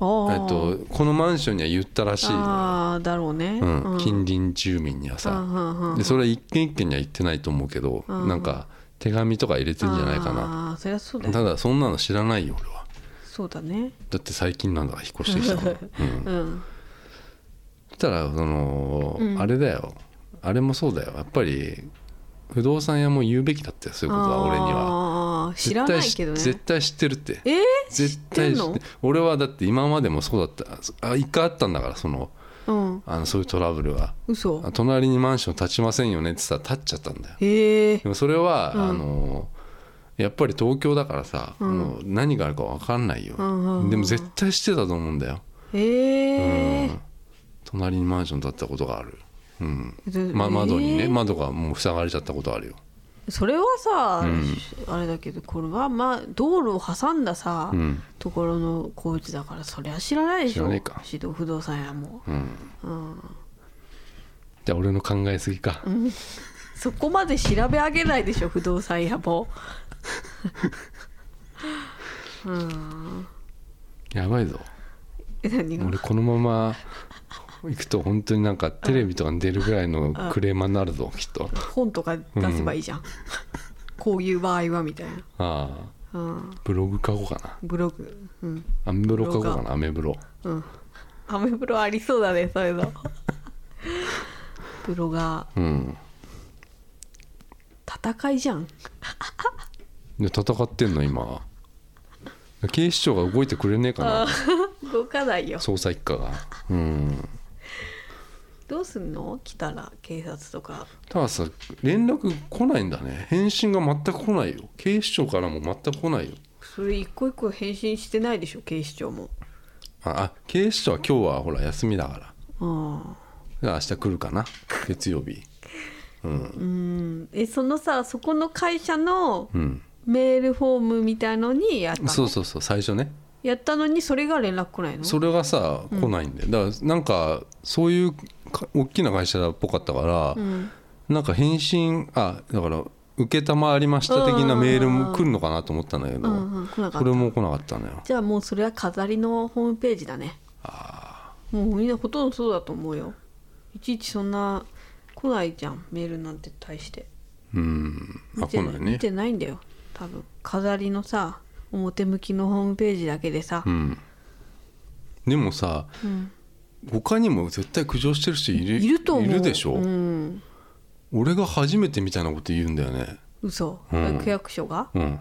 Speaker 1: ああ
Speaker 2: えっとこのマンションには言ったらしいの
Speaker 1: ああだろうね
Speaker 2: うん、
Speaker 1: うん
Speaker 2: 近隣住民に
Speaker 1: う
Speaker 2: は
Speaker 1: んう
Speaker 2: さ、
Speaker 1: んうん
Speaker 2: でそれは一軒一軒には行ってないと思うけど、
Speaker 1: うん
Speaker 2: なんか手紙とか入れてんじゃないかな、
Speaker 1: ああそりゃそうだよ
Speaker 2: ただそんなの知らないよ俺は
Speaker 1: そうだね
Speaker 2: だって最近なんだから引っ越して きたの、うん、
Speaker 1: うん
Speaker 2: そしたらその、
Speaker 1: うん
Speaker 2: あれだよあれもそうだよやっぱり不動産屋も言うべきだったよそういうことは俺には
Speaker 1: は知らないけどね
Speaker 2: 絶対知ってるって
Speaker 1: えー知
Speaker 2: 絶
Speaker 1: って
Speaker 2: 対
Speaker 1: ん
Speaker 2: 知っ
Speaker 1: の
Speaker 2: て俺はだって今までもそうだったあ一回あったんだからその
Speaker 1: うん
Speaker 2: あのそういうトラブルは
Speaker 1: 嘘
Speaker 2: あ隣にマンション建ちませんよねってさ立っちゃったんだよ
Speaker 1: へえ
Speaker 2: でもそれは、
Speaker 1: うん
Speaker 2: あのやっぱり東京だからさ、
Speaker 1: うん
Speaker 2: もう何があるか分かんないよ、
Speaker 1: うんうんうん
Speaker 2: でも絶対してたと思うんだよ、
Speaker 1: へえ
Speaker 2: うん隣にマンション建ったことがある、うん
Speaker 1: えで
Speaker 2: ま、窓にね、
Speaker 1: えー
Speaker 2: 窓がもう塞がれちゃったことあるよ
Speaker 1: それはさ、
Speaker 2: うん
Speaker 1: あれだけどこれはまあ道路を挟んださ、
Speaker 2: うん
Speaker 1: ところの工事だからそりゃ知らないでし
Speaker 2: 知
Speaker 1: ょ
Speaker 2: らねえか
Speaker 1: 指導不動産屋も、
Speaker 2: うん
Speaker 1: うん、
Speaker 2: じゃあ俺の考えすぎか、
Speaker 1: そこまで調べ上げないでしょ不動産屋も うん
Speaker 2: やばいぞ
Speaker 1: え何が
Speaker 2: 俺このまま行くと本当になんかテレビとかに出るぐらいのクレーマーになるぞきっと
Speaker 1: 本とか出せばいいじゃん、こういう場合はみたい
Speaker 2: ああ
Speaker 1: な、うん、
Speaker 2: ブログ書こうかな
Speaker 1: ブログうん
Speaker 2: アメブロ書こうかなアメブロ
Speaker 1: うんアメブロありそうだねそういう のブロが
Speaker 2: うん
Speaker 1: 戦いじゃん
Speaker 2: で戦ってんの今警視庁が動いてくれねえかな
Speaker 1: 動かないよ
Speaker 2: 捜査一課がうん
Speaker 1: どうすんの来たら警察とか
Speaker 2: たださ連絡来ないんだね返信が全く来ないよ警視庁からも全く来ないよ
Speaker 1: それ一個一個返信してないでしょ警視庁も
Speaker 2: ああ警視庁は今日はほら休みだからだか
Speaker 1: ああ
Speaker 2: ら明日来るかな月曜日
Speaker 1: うんえそのさそこの会社の
Speaker 2: うん
Speaker 1: メールフォームみたいのにやったの
Speaker 2: そうそうそう最初ね
Speaker 1: やったのにそれが連絡来ないの
Speaker 2: それがさ来ないんだよだからなんかそういうか大きな会社っぽかったから、
Speaker 1: うん
Speaker 2: なんか返信あだから承りました的なメールも来るのかなと思ったんだけど、
Speaker 1: うんうん来なか
Speaker 2: こ
Speaker 1: っ
Speaker 2: れ
Speaker 1: た
Speaker 2: も来なかったのよ
Speaker 1: じゃあもうそれは飾りのホームページだねもうみんなほとんどそうだと思うよいちいちそんな来ないじゃんメールなんて対して
Speaker 2: うん
Speaker 1: 見
Speaker 2: あ来
Speaker 1: て
Speaker 2: ない
Speaker 1: 見
Speaker 2: ね
Speaker 1: てないんだよ多分飾りのさ表向きのホームページだけでさ
Speaker 2: う、んでもさ
Speaker 1: うん
Speaker 2: 他にも絶対苦情してる人いる
Speaker 1: いると思うい
Speaker 2: るでしょ、
Speaker 1: うん
Speaker 2: 俺が初めてみたいなこと言うんだよね
Speaker 1: 嘘、
Speaker 2: うん
Speaker 1: 区役所が
Speaker 2: うん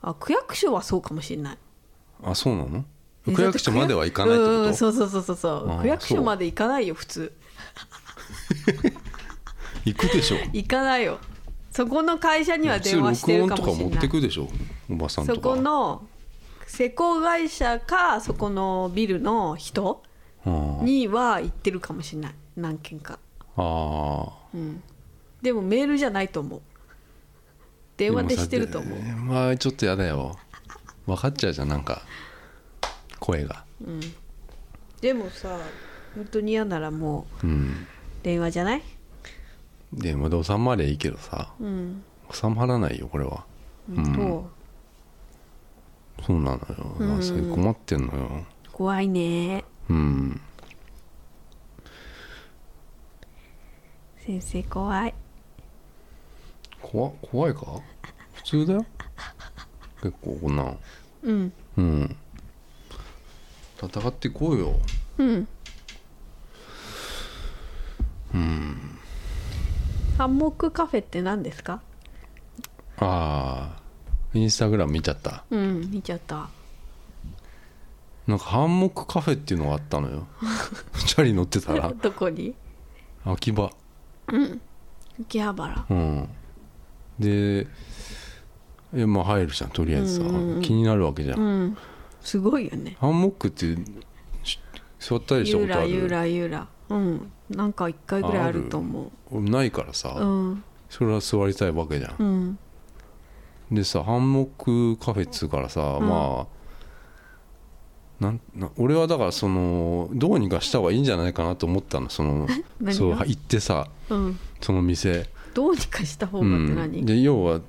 Speaker 1: あ区役所はそうかもしれない
Speaker 2: あそうなの
Speaker 1: え
Speaker 2: 区役所までは行かないってこ
Speaker 1: だ
Speaker 2: と
Speaker 1: って区役うんうんそうそうそうそう
Speaker 2: あ
Speaker 1: そ
Speaker 2: あ
Speaker 1: う区役
Speaker 2: そ
Speaker 1: 所
Speaker 2: う
Speaker 1: まで行かないよ普通
Speaker 2: 行くでしょ
Speaker 1: 行かないよそこの会社には
Speaker 2: 普通
Speaker 1: 電話して
Speaker 2: 録
Speaker 1: るか
Speaker 2: 音とか
Speaker 1: もしれ
Speaker 2: 持っ
Speaker 1: な
Speaker 2: て
Speaker 1: い
Speaker 2: くでしょおばさんと
Speaker 1: そ
Speaker 2: か
Speaker 1: この施工会社かそこのビルの人
Speaker 2: うん
Speaker 1: には行ってるかもしれない何件か
Speaker 2: ああ
Speaker 1: でもメールじゃないと思う電話でしてると思う
Speaker 2: でもさでまあちょっとやだよ分かっちゃうじゃんなんか声が
Speaker 1: でもさ本当に嫌ならも
Speaker 2: うん
Speaker 1: う電話じゃない
Speaker 2: でまだ収まりゃいいけどさ
Speaker 1: うん、
Speaker 2: 収まらないよこれは
Speaker 1: うん、と
Speaker 2: そうなのよ、まあそれ困ってんのよ
Speaker 1: 怖いね
Speaker 2: うん
Speaker 1: 先生怖い
Speaker 2: 怖怖いか普通だよ結構こんなん
Speaker 1: うん
Speaker 2: うん戦ってこうよ
Speaker 1: うんハンモックカフェって何ですか
Speaker 2: ああインスタグラム見ちゃった
Speaker 1: うん見ちゃった
Speaker 2: なんかハンモックカフェっていうのがあったのよチャリ乗ってたら
Speaker 1: どこに
Speaker 2: 秋葉
Speaker 1: 秋葉原
Speaker 2: うんでえまあ入るじゃんとりあえずさ、
Speaker 1: うんうん
Speaker 2: 気になるわけじゃん、
Speaker 1: うんすごいよね
Speaker 2: ハンモックってし座ったりした
Speaker 1: ゆ
Speaker 2: ことあ
Speaker 1: らゆ
Speaker 2: る
Speaker 1: らゆらうんなんか一回ぐらいあると思
Speaker 2: 俺ないからさ、
Speaker 1: ううん
Speaker 2: それは座りたいわけじゃん
Speaker 1: う、ん
Speaker 2: でさハンモックカフェっつうからさ、
Speaker 1: ん
Speaker 2: まあなんな俺はだからそのどうにかした方がいいんじゃないかなと思ったのその
Speaker 1: 何が
Speaker 2: そう行ってさ
Speaker 1: うん
Speaker 2: その店、
Speaker 1: どうにかした方
Speaker 2: う
Speaker 1: がって
Speaker 2: ん、
Speaker 1: 何、
Speaker 2: で要は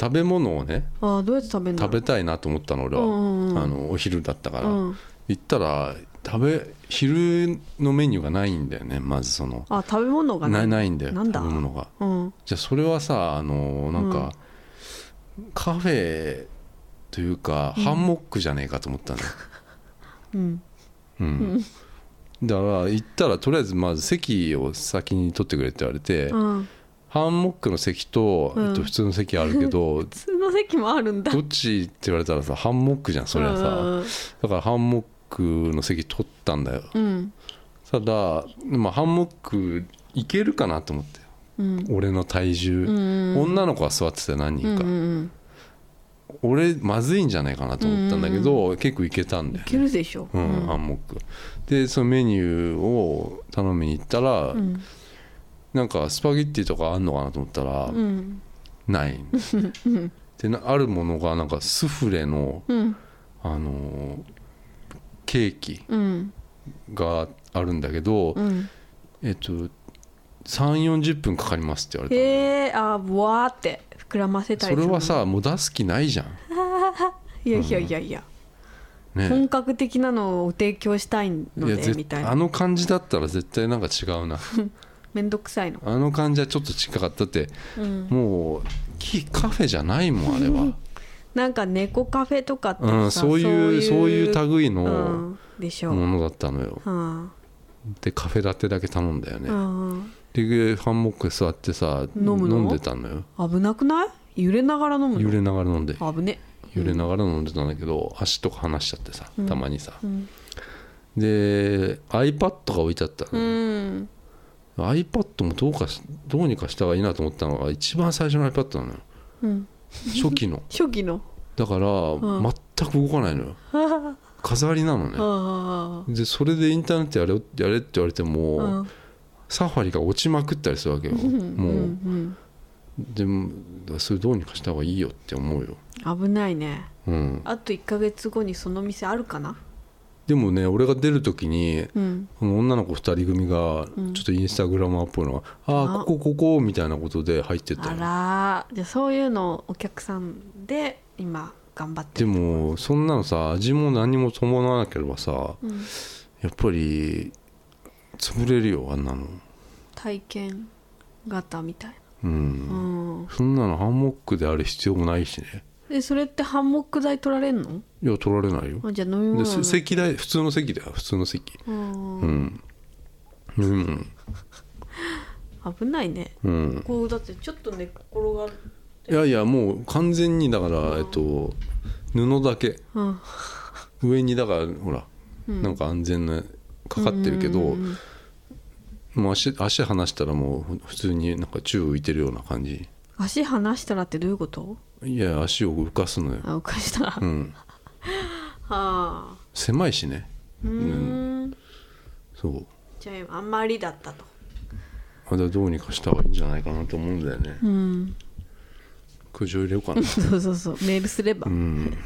Speaker 2: 食べ物をね
Speaker 1: ああどうやって食べるの
Speaker 2: 食べたいなと思ったの俺は、
Speaker 1: うんうんうん
Speaker 2: あのお昼だったから、
Speaker 1: うん、
Speaker 2: 行ったら食べ昼のメニューがないんだよねまずその
Speaker 1: あ食べ物が
Speaker 2: ないないんだよ
Speaker 1: なんだ
Speaker 2: 食べ物が
Speaker 1: うん
Speaker 2: じゃあそれはさあのなんか、カフェというか、ハンモックじゃねえかと思ったのよ、
Speaker 1: うん
Speaker 2: うんだから行ったらとりあえずまず席を先に取ってくれって言われて、
Speaker 1: うん
Speaker 2: ハンモックの席と、
Speaker 1: うん
Speaker 2: えっと、普通の席ある けど
Speaker 1: 普通の席もあるんだ
Speaker 2: どっちって言われたらさハンモックじゃんそれはさ、
Speaker 1: うん
Speaker 2: だからハンモックの席取ったんだよ
Speaker 1: うん
Speaker 2: ただ、まあ、ハンモックいけるかなと思って
Speaker 1: うん
Speaker 2: 俺の体重、
Speaker 1: うんうん
Speaker 2: 女の子が座ってたよ何
Speaker 1: うん
Speaker 2: 人
Speaker 1: う
Speaker 2: か、
Speaker 1: ん
Speaker 2: 俺まずいんじゃないかなと思ったんだけど、結構いけたん
Speaker 1: い
Speaker 2: だよ、
Speaker 1: けるでしょ
Speaker 2: うんハンモックでそのメニューを頼みに行ったら、
Speaker 1: うん
Speaker 2: なんかスパゲッティとかあんのかなと思ったら、
Speaker 1: うん
Speaker 2: ないんですよでなあるものがなんかスフレの、
Speaker 1: うん
Speaker 2: あのーケーキ
Speaker 1: うん
Speaker 2: があるんだけど、
Speaker 1: うん
Speaker 2: えっと3四4 0分かかりますって言われたの
Speaker 1: へえあーわーって膨らませた
Speaker 2: そ
Speaker 1: り
Speaker 2: れ
Speaker 1: の
Speaker 2: はさもう出す気ないじゃん、
Speaker 1: いやいやいやいや、
Speaker 2: ね
Speaker 1: 本格的なのを提供したいの
Speaker 2: いや
Speaker 1: で
Speaker 2: 絶
Speaker 1: みたい
Speaker 2: あ
Speaker 1: な
Speaker 2: の感じだったら絶対なんか違うな
Speaker 1: めんどくさいの
Speaker 2: あの感じはちょっと近かったって、
Speaker 1: うん
Speaker 2: もうきカフェじゃないもんあれは、
Speaker 1: なんか猫カフェとかってさ、
Speaker 2: うん、そういうそういう類
Speaker 1: う
Speaker 2: の
Speaker 1: ん、でしょう、
Speaker 2: ものだったのよ、
Speaker 1: は
Speaker 2: でカフェラテだけ頼んだよ
Speaker 1: あ
Speaker 2: ね、
Speaker 1: うん
Speaker 2: でハンモック座ってさ
Speaker 1: 飲むの
Speaker 2: 飲んでたのよ
Speaker 1: 危なくない揺れながら飲むの
Speaker 2: 揺れながら飲んで
Speaker 1: 危ね
Speaker 2: 揺れながら飲んでたんだけど足とか離しちゃってさたまにさ、
Speaker 1: ん
Speaker 2: で iPad が置いてあったの、
Speaker 1: うん、
Speaker 2: iPad もどうかしどうにかした方がいいなと思ったのが一番最初の iPad なのよ
Speaker 1: うん、
Speaker 2: 初期の
Speaker 1: 初期の
Speaker 2: だから、
Speaker 1: ん
Speaker 2: 全く動かないのよ
Speaker 1: あ
Speaker 2: 飾りなのね
Speaker 1: あ
Speaker 2: でそれでインターネットやれやれって言われても、
Speaker 1: うん
Speaker 2: サファリが落ちまくったりするわけよもう、
Speaker 1: うん
Speaker 2: でもそれどうにかした方がいいよって思うよ、
Speaker 1: うん、危ないね
Speaker 2: うん、
Speaker 1: あと1か月後にその店あるかな
Speaker 2: でもね俺が出る時に
Speaker 1: うん
Speaker 2: この女の子2人組がちょっとインスタグラマーっぽいのが「ああ
Speaker 1: あ
Speaker 2: ここここ」みたいなことで入ってった
Speaker 1: あ
Speaker 2: よ
Speaker 1: らーじゃあそういうのをお客さんで今頑張って
Speaker 2: で
Speaker 1: る
Speaker 2: もそんなのさ味も何も伴わなければさ、
Speaker 1: ん
Speaker 2: やっぱり潰れるよあんなの
Speaker 1: 体験型みたい
Speaker 2: うん、
Speaker 1: な、うん、
Speaker 2: そんなのハンモックである必要もないしね
Speaker 1: でそれってハンモック代取られんの
Speaker 2: いや取られないよ
Speaker 1: あじゃあ飲み物
Speaker 2: でせ席代普通の席だよ普通の席
Speaker 1: うん
Speaker 2: うんうん
Speaker 1: 危ないね
Speaker 2: うん
Speaker 1: こうだってちょっと寝っ転がる
Speaker 2: いやいやもう完全にだからえっと布だけ
Speaker 1: うん
Speaker 2: 上にだからほら、なんか安全なかかってるけど、もう足足離したらもう普通になんか宙浮いてるような感じ
Speaker 1: 足離したらってどういうこと
Speaker 2: いや足を浮かすのよ、
Speaker 1: あ浮かしたら、
Speaker 2: う
Speaker 1: は
Speaker 2: ん、
Speaker 1: あ
Speaker 2: 狭いしね
Speaker 1: うーん
Speaker 2: そう
Speaker 1: じゃああんまりだったと
Speaker 2: あれはどうにかした方がいいんじゃないかなと思うんだよね
Speaker 1: うん
Speaker 2: 苦情入れようかな
Speaker 1: そうそうそうメールすれば、
Speaker 2: うん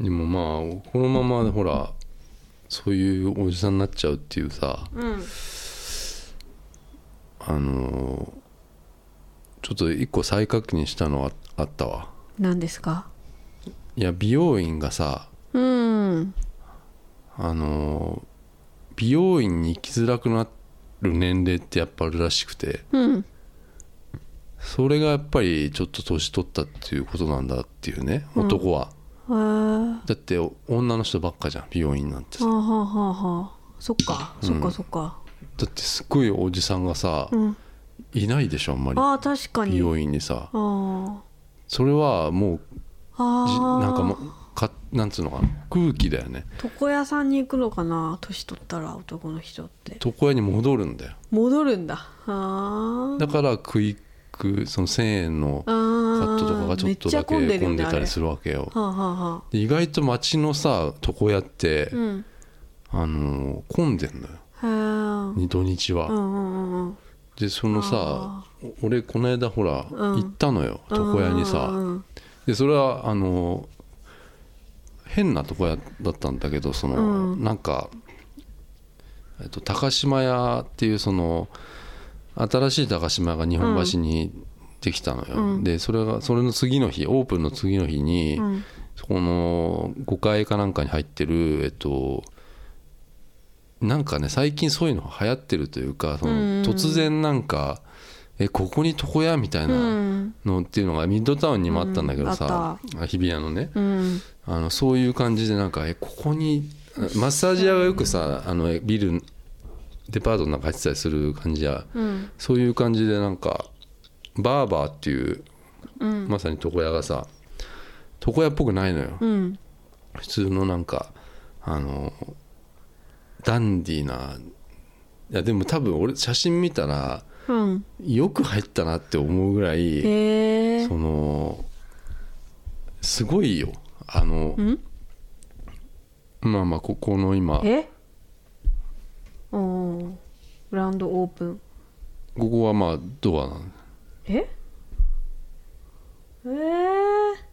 Speaker 2: でもまあこのままほらそういうおじさんになっちゃうっていうさ
Speaker 1: うん
Speaker 2: あのーちょっと一個再確認したのはあったわ
Speaker 1: 何ですか
Speaker 2: いや美容院がさ
Speaker 1: うん
Speaker 2: あのー美容院に行きづらくなる年齢ってやっぱあるらしくて
Speaker 1: うん
Speaker 2: それがやっぱりちょっと年取ったっていうことなんだっていうね男は、
Speaker 1: へえは
Speaker 2: だって女の人ばっかじゃん美容院なんて
Speaker 1: あ
Speaker 2: さ
Speaker 1: はあはあはあそっかそっかそっか、
Speaker 2: だってすっごいおじさんがさ、
Speaker 1: ん
Speaker 2: いないでしょあんまり
Speaker 1: ああ確か
Speaker 2: 美
Speaker 1: に
Speaker 2: 容院にさ
Speaker 1: あー
Speaker 2: それはもうじ
Speaker 1: あ
Speaker 2: なんかも
Speaker 1: も
Speaker 2: うかなんつうのかな空気だよね
Speaker 1: 床屋さんに行くのかな年取ったら男の人って
Speaker 2: 床屋に戻るんだよ
Speaker 1: 戻るんだあー
Speaker 2: だからクイックその1000円の
Speaker 1: あー
Speaker 2: カットとかがちょっとだけ
Speaker 1: うんうんめっちゃ混んでるよ
Speaker 2: 混
Speaker 1: ね
Speaker 2: んでたりするわけよ
Speaker 1: はあはあはあ
Speaker 2: で意外と街のさ床屋って、
Speaker 1: うん
Speaker 2: あのー混んでんのよ
Speaker 1: へー
Speaker 2: 土日は、
Speaker 1: うんうんうんうん
Speaker 2: でそのさお俺この間ほら、
Speaker 1: うん
Speaker 2: 行ったのよ床屋にさ、
Speaker 1: うんうん
Speaker 2: でそれはあの変なとこやだったんだけどその、
Speaker 1: うん
Speaker 2: なんか、えっと、高島屋っていうその新しい高島屋が日本橋にできたのよ、
Speaker 1: うん
Speaker 2: でそれがそれの次の日オープンの次の日に、
Speaker 1: うんうん
Speaker 2: そこの5階かなんかに入ってるえっとなんかね最近そういうのが流行ってるというかその
Speaker 1: うんうんうん
Speaker 2: 突然なんか「えここに床屋?」みたいな。
Speaker 1: うん
Speaker 2: のっていうのがミッドタウンにもあったんだけど
Speaker 1: うんあ
Speaker 2: さ、日比谷のね
Speaker 1: うん
Speaker 2: あのそういう感じでなんかえここにマッサージ屋がよくさあのえビルデパートの中入ってたりする感じや
Speaker 1: うん
Speaker 2: そういう感じでなんかバーバーっていう
Speaker 1: うん
Speaker 2: まさに床屋がさ床屋っぽくないのよ
Speaker 1: うん
Speaker 2: 普通のなんかあのダンディーないやでも多分俺写真見たら
Speaker 1: うん
Speaker 2: よく入ったなって思うぐらい
Speaker 1: へえ
Speaker 2: そのすごいよあの
Speaker 1: ん
Speaker 2: まあまあここの今こ
Speaker 1: えおーグラウンドオープン
Speaker 2: こはまあドアなの
Speaker 1: ええー、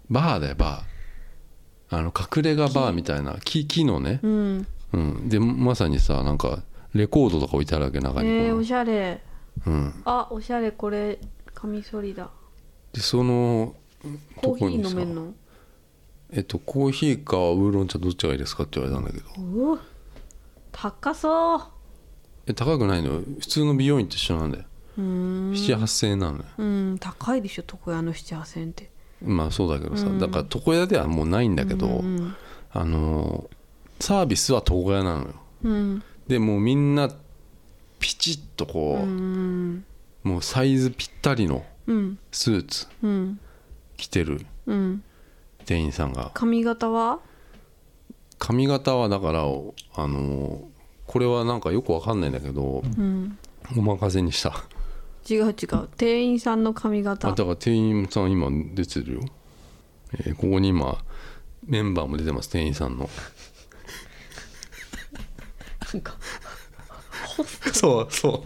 Speaker 2: バーだよバーあの隠れ家バーみたいな木木のね、
Speaker 1: うん
Speaker 2: うん、でまさにさなんかレコードとか置いてあるわけ中にこ
Speaker 1: えー、
Speaker 2: の
Speaker 1: おしゃれ
Speaker 2: うん、
Speaker 1: あおしゃれこれカミソリだ
Speaker 2: でその
Speaker 1: コーヒ
Speaker 2: どこに
Speaker 1: ー
Speaker 2: さ
Speaker 1: 飲めんの
Speaker 2: えっとコーヒーかウーロン茶どっちがいいですかって言われたんだけど
Speaker 1: うわ高そう
Speaker 2: え高くないのよ普通の美容院と一緒なんだよ
Speaker 1: うーん
Speaker 2: 78000円なのよ
Speaker 1: うん高いでしょ床屋の7 8千って
Speaker 2: まあそうだけどさ、
Speaker 1: うん
Speaker 2: だから床屋ではもうないんだけど、
Speaker 1: うん
Speaker 2: あのーサービスは床屋なのよ
Speaker 1: うん
Speaker 2: でもうみんなピチッとこ
Speaker 1: う
Speaker 2: う、
Speaker 1: ん
Speaker 2: もうサイズぴったりの
Speaker 1: うん
Speaker 2: スーツ
Speaker 1: うん
Speaker 2: 着てる
Speaker 1: うん
Speaker 2: 店員さんが
Speaker 1: 髪型は
Speaker 2: 髪型はだからあのーこれはなんかよくわかんないんだけど
Speaker 1: うん
Speaker 2: お任せにした
Speaker 1: 違う違う店員さんの髪
Speaker 2: あだ
Speaker 1: 型
Speaker 2: から店員さん今出てるよ、えーここに今メンバーも出てます店員さんの
Speaker 1: なんか ホス
Speaker 2: そうそう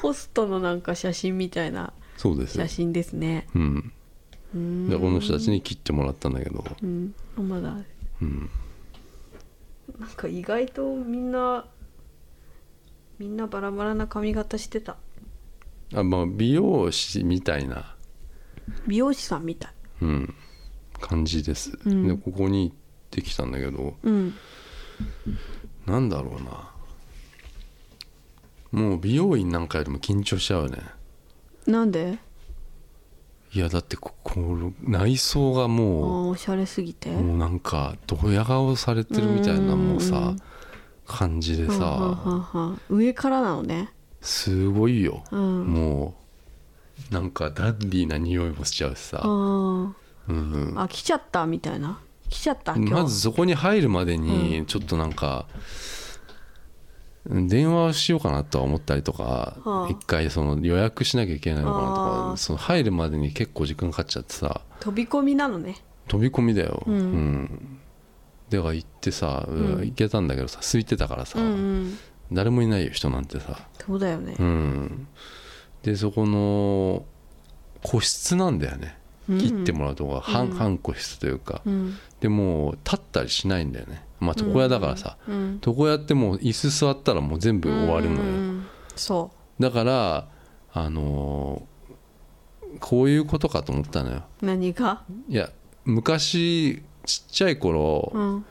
Speaker 1: ホストのなんか写真みたいな
Speaker 2: そうですよ
Speaker 1: 写真ですね
Speaker 2: うん
Speaker 1: うーん
Speaker 2: でこの人たちに切ってもらったんだけど
Speaker 1: うんまだ
Speaker 2: うん
Speaker 1: なんか意外とみんなみんなバラバラな髪型してた
Speaker 2: あまあ美容師みたいな
Speaker 1: 美容師さんみたい
Speaker 2: うん、感じです、
Speaker 1: うん
Speaker 2: でここに行ってきたんだけど
Speaker 1: うん
Speaker 2: なんだろうなもう美容院なんかよりも緊張しちゃうね
Speaker 1: なんで
Speaker 2: いやだってここの内装が
Speaker 1: あ
Speaker 2: も
Speaker 1: ーおしゃれすぎて
Speaker 2: うもうなんかドヤ顔されてるみたいな
Speaker 1: うん
Speaker 2: もう
Speaker 1: う
Speaker 2: さ
Speaker 1: ん
Speaker 2: 感じで
Speaker 1: はんはん
Speaker 2: さ
Speaker 1: はんはん上からなのね
Speaker 2: すごいよ
Speaker 1: うん
Speaker 2: もうなんかダンディーな匂いもしちゃうし
Speaker 1: あ
Speaker 2: さ、
Speaker 1: ー
Speaker 2: うん、
Speaker 1: あ来ちゃったみたいな来ちゃった今日
Speaker 2: まずそこに入るまでにちょっとなんか、電話をしようかなとは思ったりとか一、
Speaker 1: はあ
Speaker 2: 回その予約しなきゃいけないのかなと
Speaker 1: あ
Speaker 2: か
Speaker 1: ー
Speaker 2: その入るまでに結構時間かかっちゃってさ
Speaker 1: 飛び込みなのね
Speaker 2: 飛び込みだよ、
Speaker 1: うん
Speaker 2: うんでは行ってさ、
Speaker 1: ん
Speaker 2: 行けたんだけどさ空いてたからさ、
Speaker 1: うんうん
Speaker 2: 誰もいないよ人なんてさ、
Speaker 1: そうだよね
Speaker 2: うん、でそこの個室なんだよね
Speaker 1: うん
Speaker 2: 切ってもらうとこが半,、半個室というか、
Speaker 1: うん
Speaker 2: でもう立ったりしないんだよねまあ床屋だからさ、
Speaker 1: うん
Speaker 2: 床屋ってもう椅子座ったらもう全部終わるのよ、
Speaker 1: よそ
Speaker 2: だからあのーこういうことかと思ったのよ
Speaker 1: う何が
Speaker 2: いや昔ちっちゃい頃、
Speaker 1: うん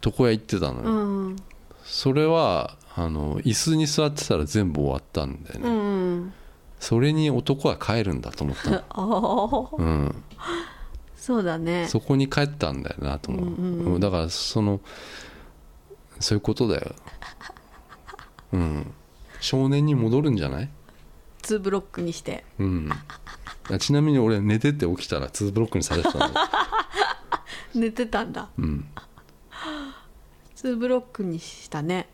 Speaker 2: 床屋行ってたの
Speaker 1: う
Speaker 2: よ、
Speaker 1: ん
Speaker 2: それはあの椅子に座ってたら全部終わったんだよ
Speaker 1: う
Speaker 2: ね、
Speaker 1: ん
Speaker 2: それに男は帰るんだと思ったの
Speaker 1: ああ
Speaker 2: うん、
Speaker 1: そうだね
Speaker 2: そこに帰ったんだよなと思う,、
Speaker 1: うんうんうん
Speaker 2: だからそのそういうことだよ、うん、少年に戻るんじゃない
Speaker 1: 2ブロックにして
Speaker 2: うん、あちなみに俺寝てて起きたら2ブロックにされてた の、
Speaker 1: 寝てたんだ
Speaker 2: うん、
Speaker 1: 2ブロックにしたね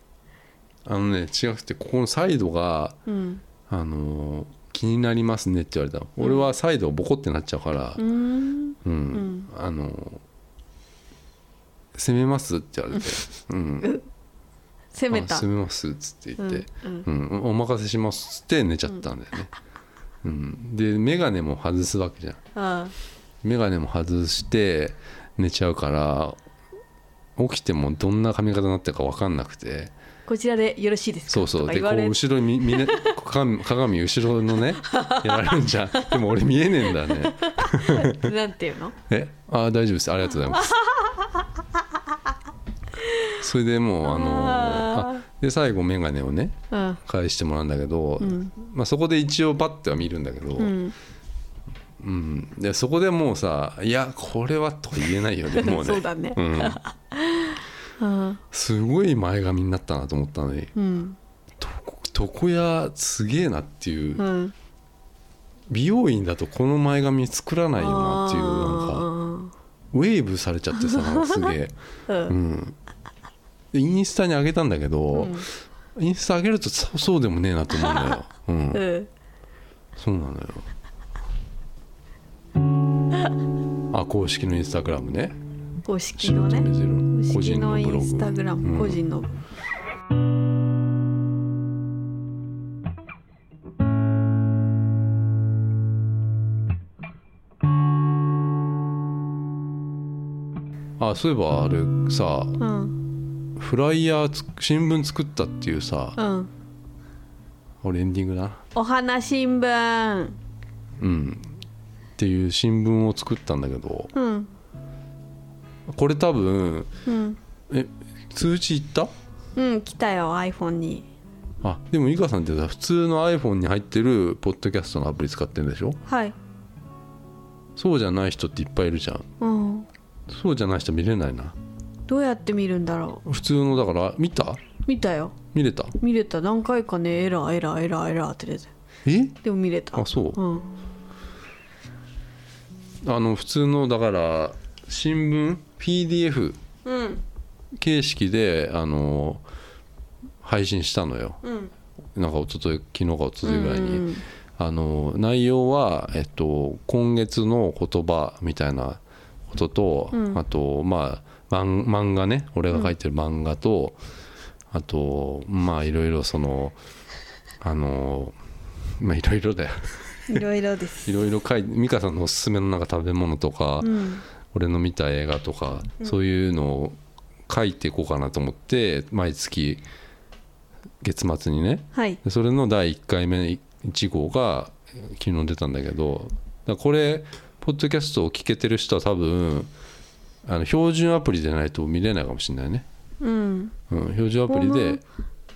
Speaker 2: あのね違くてここのサイドが、
Speaker 1: うん
Speaker 2: あのー気になりますね」って言われたの俺はサイドボコってなっちゃうから
Speaker 1: うーん
Speaker 2: 「うん、あの攻めます?」って言われて「うん、
Speaker 1: 攻め
Speaker 2: あ
Speaker 1: た
Speaker 2: 攻めます」っつって言って
Speaker 1: うん
Speaker 2: 「うん、お任せします」っつって寝ちゃったんだよね、うん、で眼鏡も外すわけじゃん
Speaker 1: あ
Speaker 2: 眼鏡も外して寝ちゃうから起きてもどんな髪型になってるか分かんなくて
Speaker 1: こちらでよろしいですか
Speaker 2: そうそう
Speaker 1: とか
Speaker 2: で
Speaker 1: 言
Speaker 2: こ
Speaker 1: わ
Speaker 2: う
Speaker 1: れ
Speaker 2: 後ろにみみね 鏡鏡後ろの ねやられるんじゃんでも俺見えねえんだね
Speaker 1: なんていうの
Speaker 2: えあー大丈夫ですありがとうござい ますそれでもうあのー
Speaker 1: あー
Speaker 2: あで最後眼鏡をね
Speaker 1: うん
Speaker 2: 返してもらうんだけど、
Speaker 1: ん
Speaker 2: まあ、そこで一応パッては見るんだけど、
Speaker 1: うん
Speaker 2: うんでそこでもうさ「いやこれは」とか言えないよねもう ね
Speaker 1: そうだねう
Speaker 2: うん
Speaker 1: ん
Speaker 2: すごい前髪になったなと思ったのに
Speaker 1: うん
Speaker 2: 床屋すげえなっていう、
Speaker 1: うん
Speaker 2: 美容院だとこの前髪作らないよなっていうなんかウェーブされちゃっ てさなんかすげえ
Speaker 1: うんう
Speaker 2: うんんでインスタに上げたんだけど、インスタ上げるとそうそうでもねえなと思うんだよ、うん
Speaker 1: うん
Speaker 2: そうなのよあ公式のインスタグラムね
Speaker 1: 公式のね
Speaker 2: 個
Speaker 1: 公式
Speaker 2: 人の
Speaker 1: のイ
Speaker 2: ブログ
Speaker 1: ンスタグラム
Speaker 2: うん
Speaker 1: 個人の
Speaker 2: あそういえばあれさ
Speaker 1: うん
Speaker 2: フライヤーつ新聞作ったっていうさ
Speaker 1: うん
Speaker 2: 俺エンディングだな
Speaker 1: お花新聞
Speaker 2: うんっていう新聞を作ったんだけど
Speaker 1: うん
Speaker 2: これ多分
Speaker 1: うん
Speaker 2: え通知いった
Speaker 1: うん来たよ iPhone に
Speaker 2: あでも井川さんってさ普通の iPhone に入ってるポッドキャストのアプリ使ってるんでしょ
Speaker 1: はい
Speaker 2: そうじゃない人っていっぱいいるじゃん
Speaker 1: うん
Speaker 2: そうじゃない人見れないな
Speaker 1: どうやって見るんだろ
Speaker 2: 普通のだから見た
Speaker 1: う見たよ
Speaker 2: 見れた
Speaker 1: 見れた何回かねエラーエラーエラーエラーって出て
Speaker 2: え
Speaker 1: でも見れた
Speaker 2: あそう
Speaker 1: うん
Speaker 2: あの普通のだから新聞 PDF
Speaker 1: うん
Speaker 2: 形式であの配信したのよ
Speaker 1: うん
Speaker 2: なんかおととい昨日かおとといぐらいに、
Speaker 1: うん
Speaker 2: あの内容は、えっと、今月の言葉みたいなことと、
Speaker 1: うん
Speaker 2: あとまあ漫漫画ね俺が書いてる漫画と、あとまあいろいろそのあのまあいろいろだよ
Speaker 1: いろいろです
Speaker 2: いろいろ書いて美香さんのおすすめのなんか食べ物とか、
Speaker 1: うん
Speaker 2: 俺の見た映画とか、そういうのを書いていこうかなと思って毎月月末にね、
Speaker 1: はい
Speaker 2: でそれの第1回目1号がえー昨日出たんだけどだからこれポッドキャストを聞けてる人は多分あの標準アプリでないと見れないかもしれないね、
Speaker 1: うん
Speaker 2: うん、標準アプリ
Speaker 1: ほん
Speaker 2: で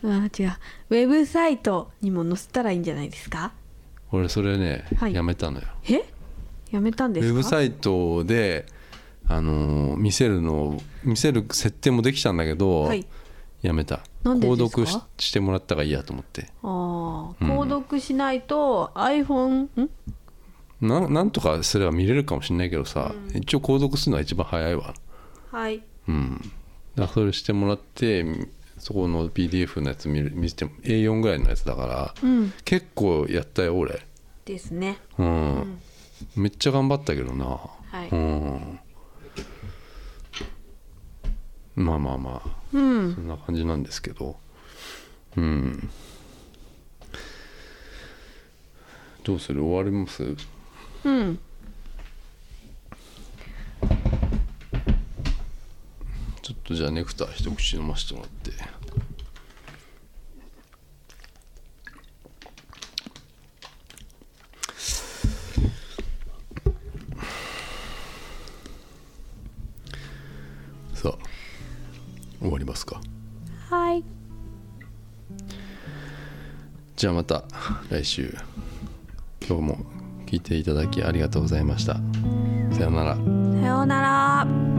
Speaker 1: まあ違うウェブサイトにも載せたらいいんじゃないですか
Speaker 2: 俺それね、
Speaker 1: はい
Speaker 2: やめたのよ
Speaker 1: えやめたん
Speaker 2: ウ
Speaker 1: ですか
Speaker 2: ェブ
Speaker 1: イ
Speaker 2: サイトで、あのー見せるの見せる設定もできたんだけど、
Speaker 1: はい
Speaker 2: やめた
Speaker 1: なんでですか
Speaker 2: 購読ししてもらった方がいいやと思って
Speaker 1: ああ
Speaker 2: うん
Speaker 1: 購読しないと iPhone ん
Speaker 2: ななんとかすれば見れるかもしれないけどさ、一応購読するのは一番早いわ
Speaker 1: はい
Speaker 2: うん、だからそれしてもらってそこの PDF のやつ見る見せても A4 ぐらいのやつだから、
Speaker 1: うん
Speaker 2: 結構やったよ俺、
Speaker 1: ですね
Speaker 2: うんめっちゃ頑張ったけどな、
Speaker 1: はい
Speaker 2: うんまあまあまあ
Speaker 1: うん
Speaker 2: そんな感じなんですけどうんどうする終わります
Speaker 1: うん
Speaker 2: ちょっとじゃあネクター一口飲ませてもらってさあ終わりますか
Speaker 1: はい
Speaker 2: じゃあまた来週今日も聞いていただきありがとうございましたさようなら
Speaker 1: さようなら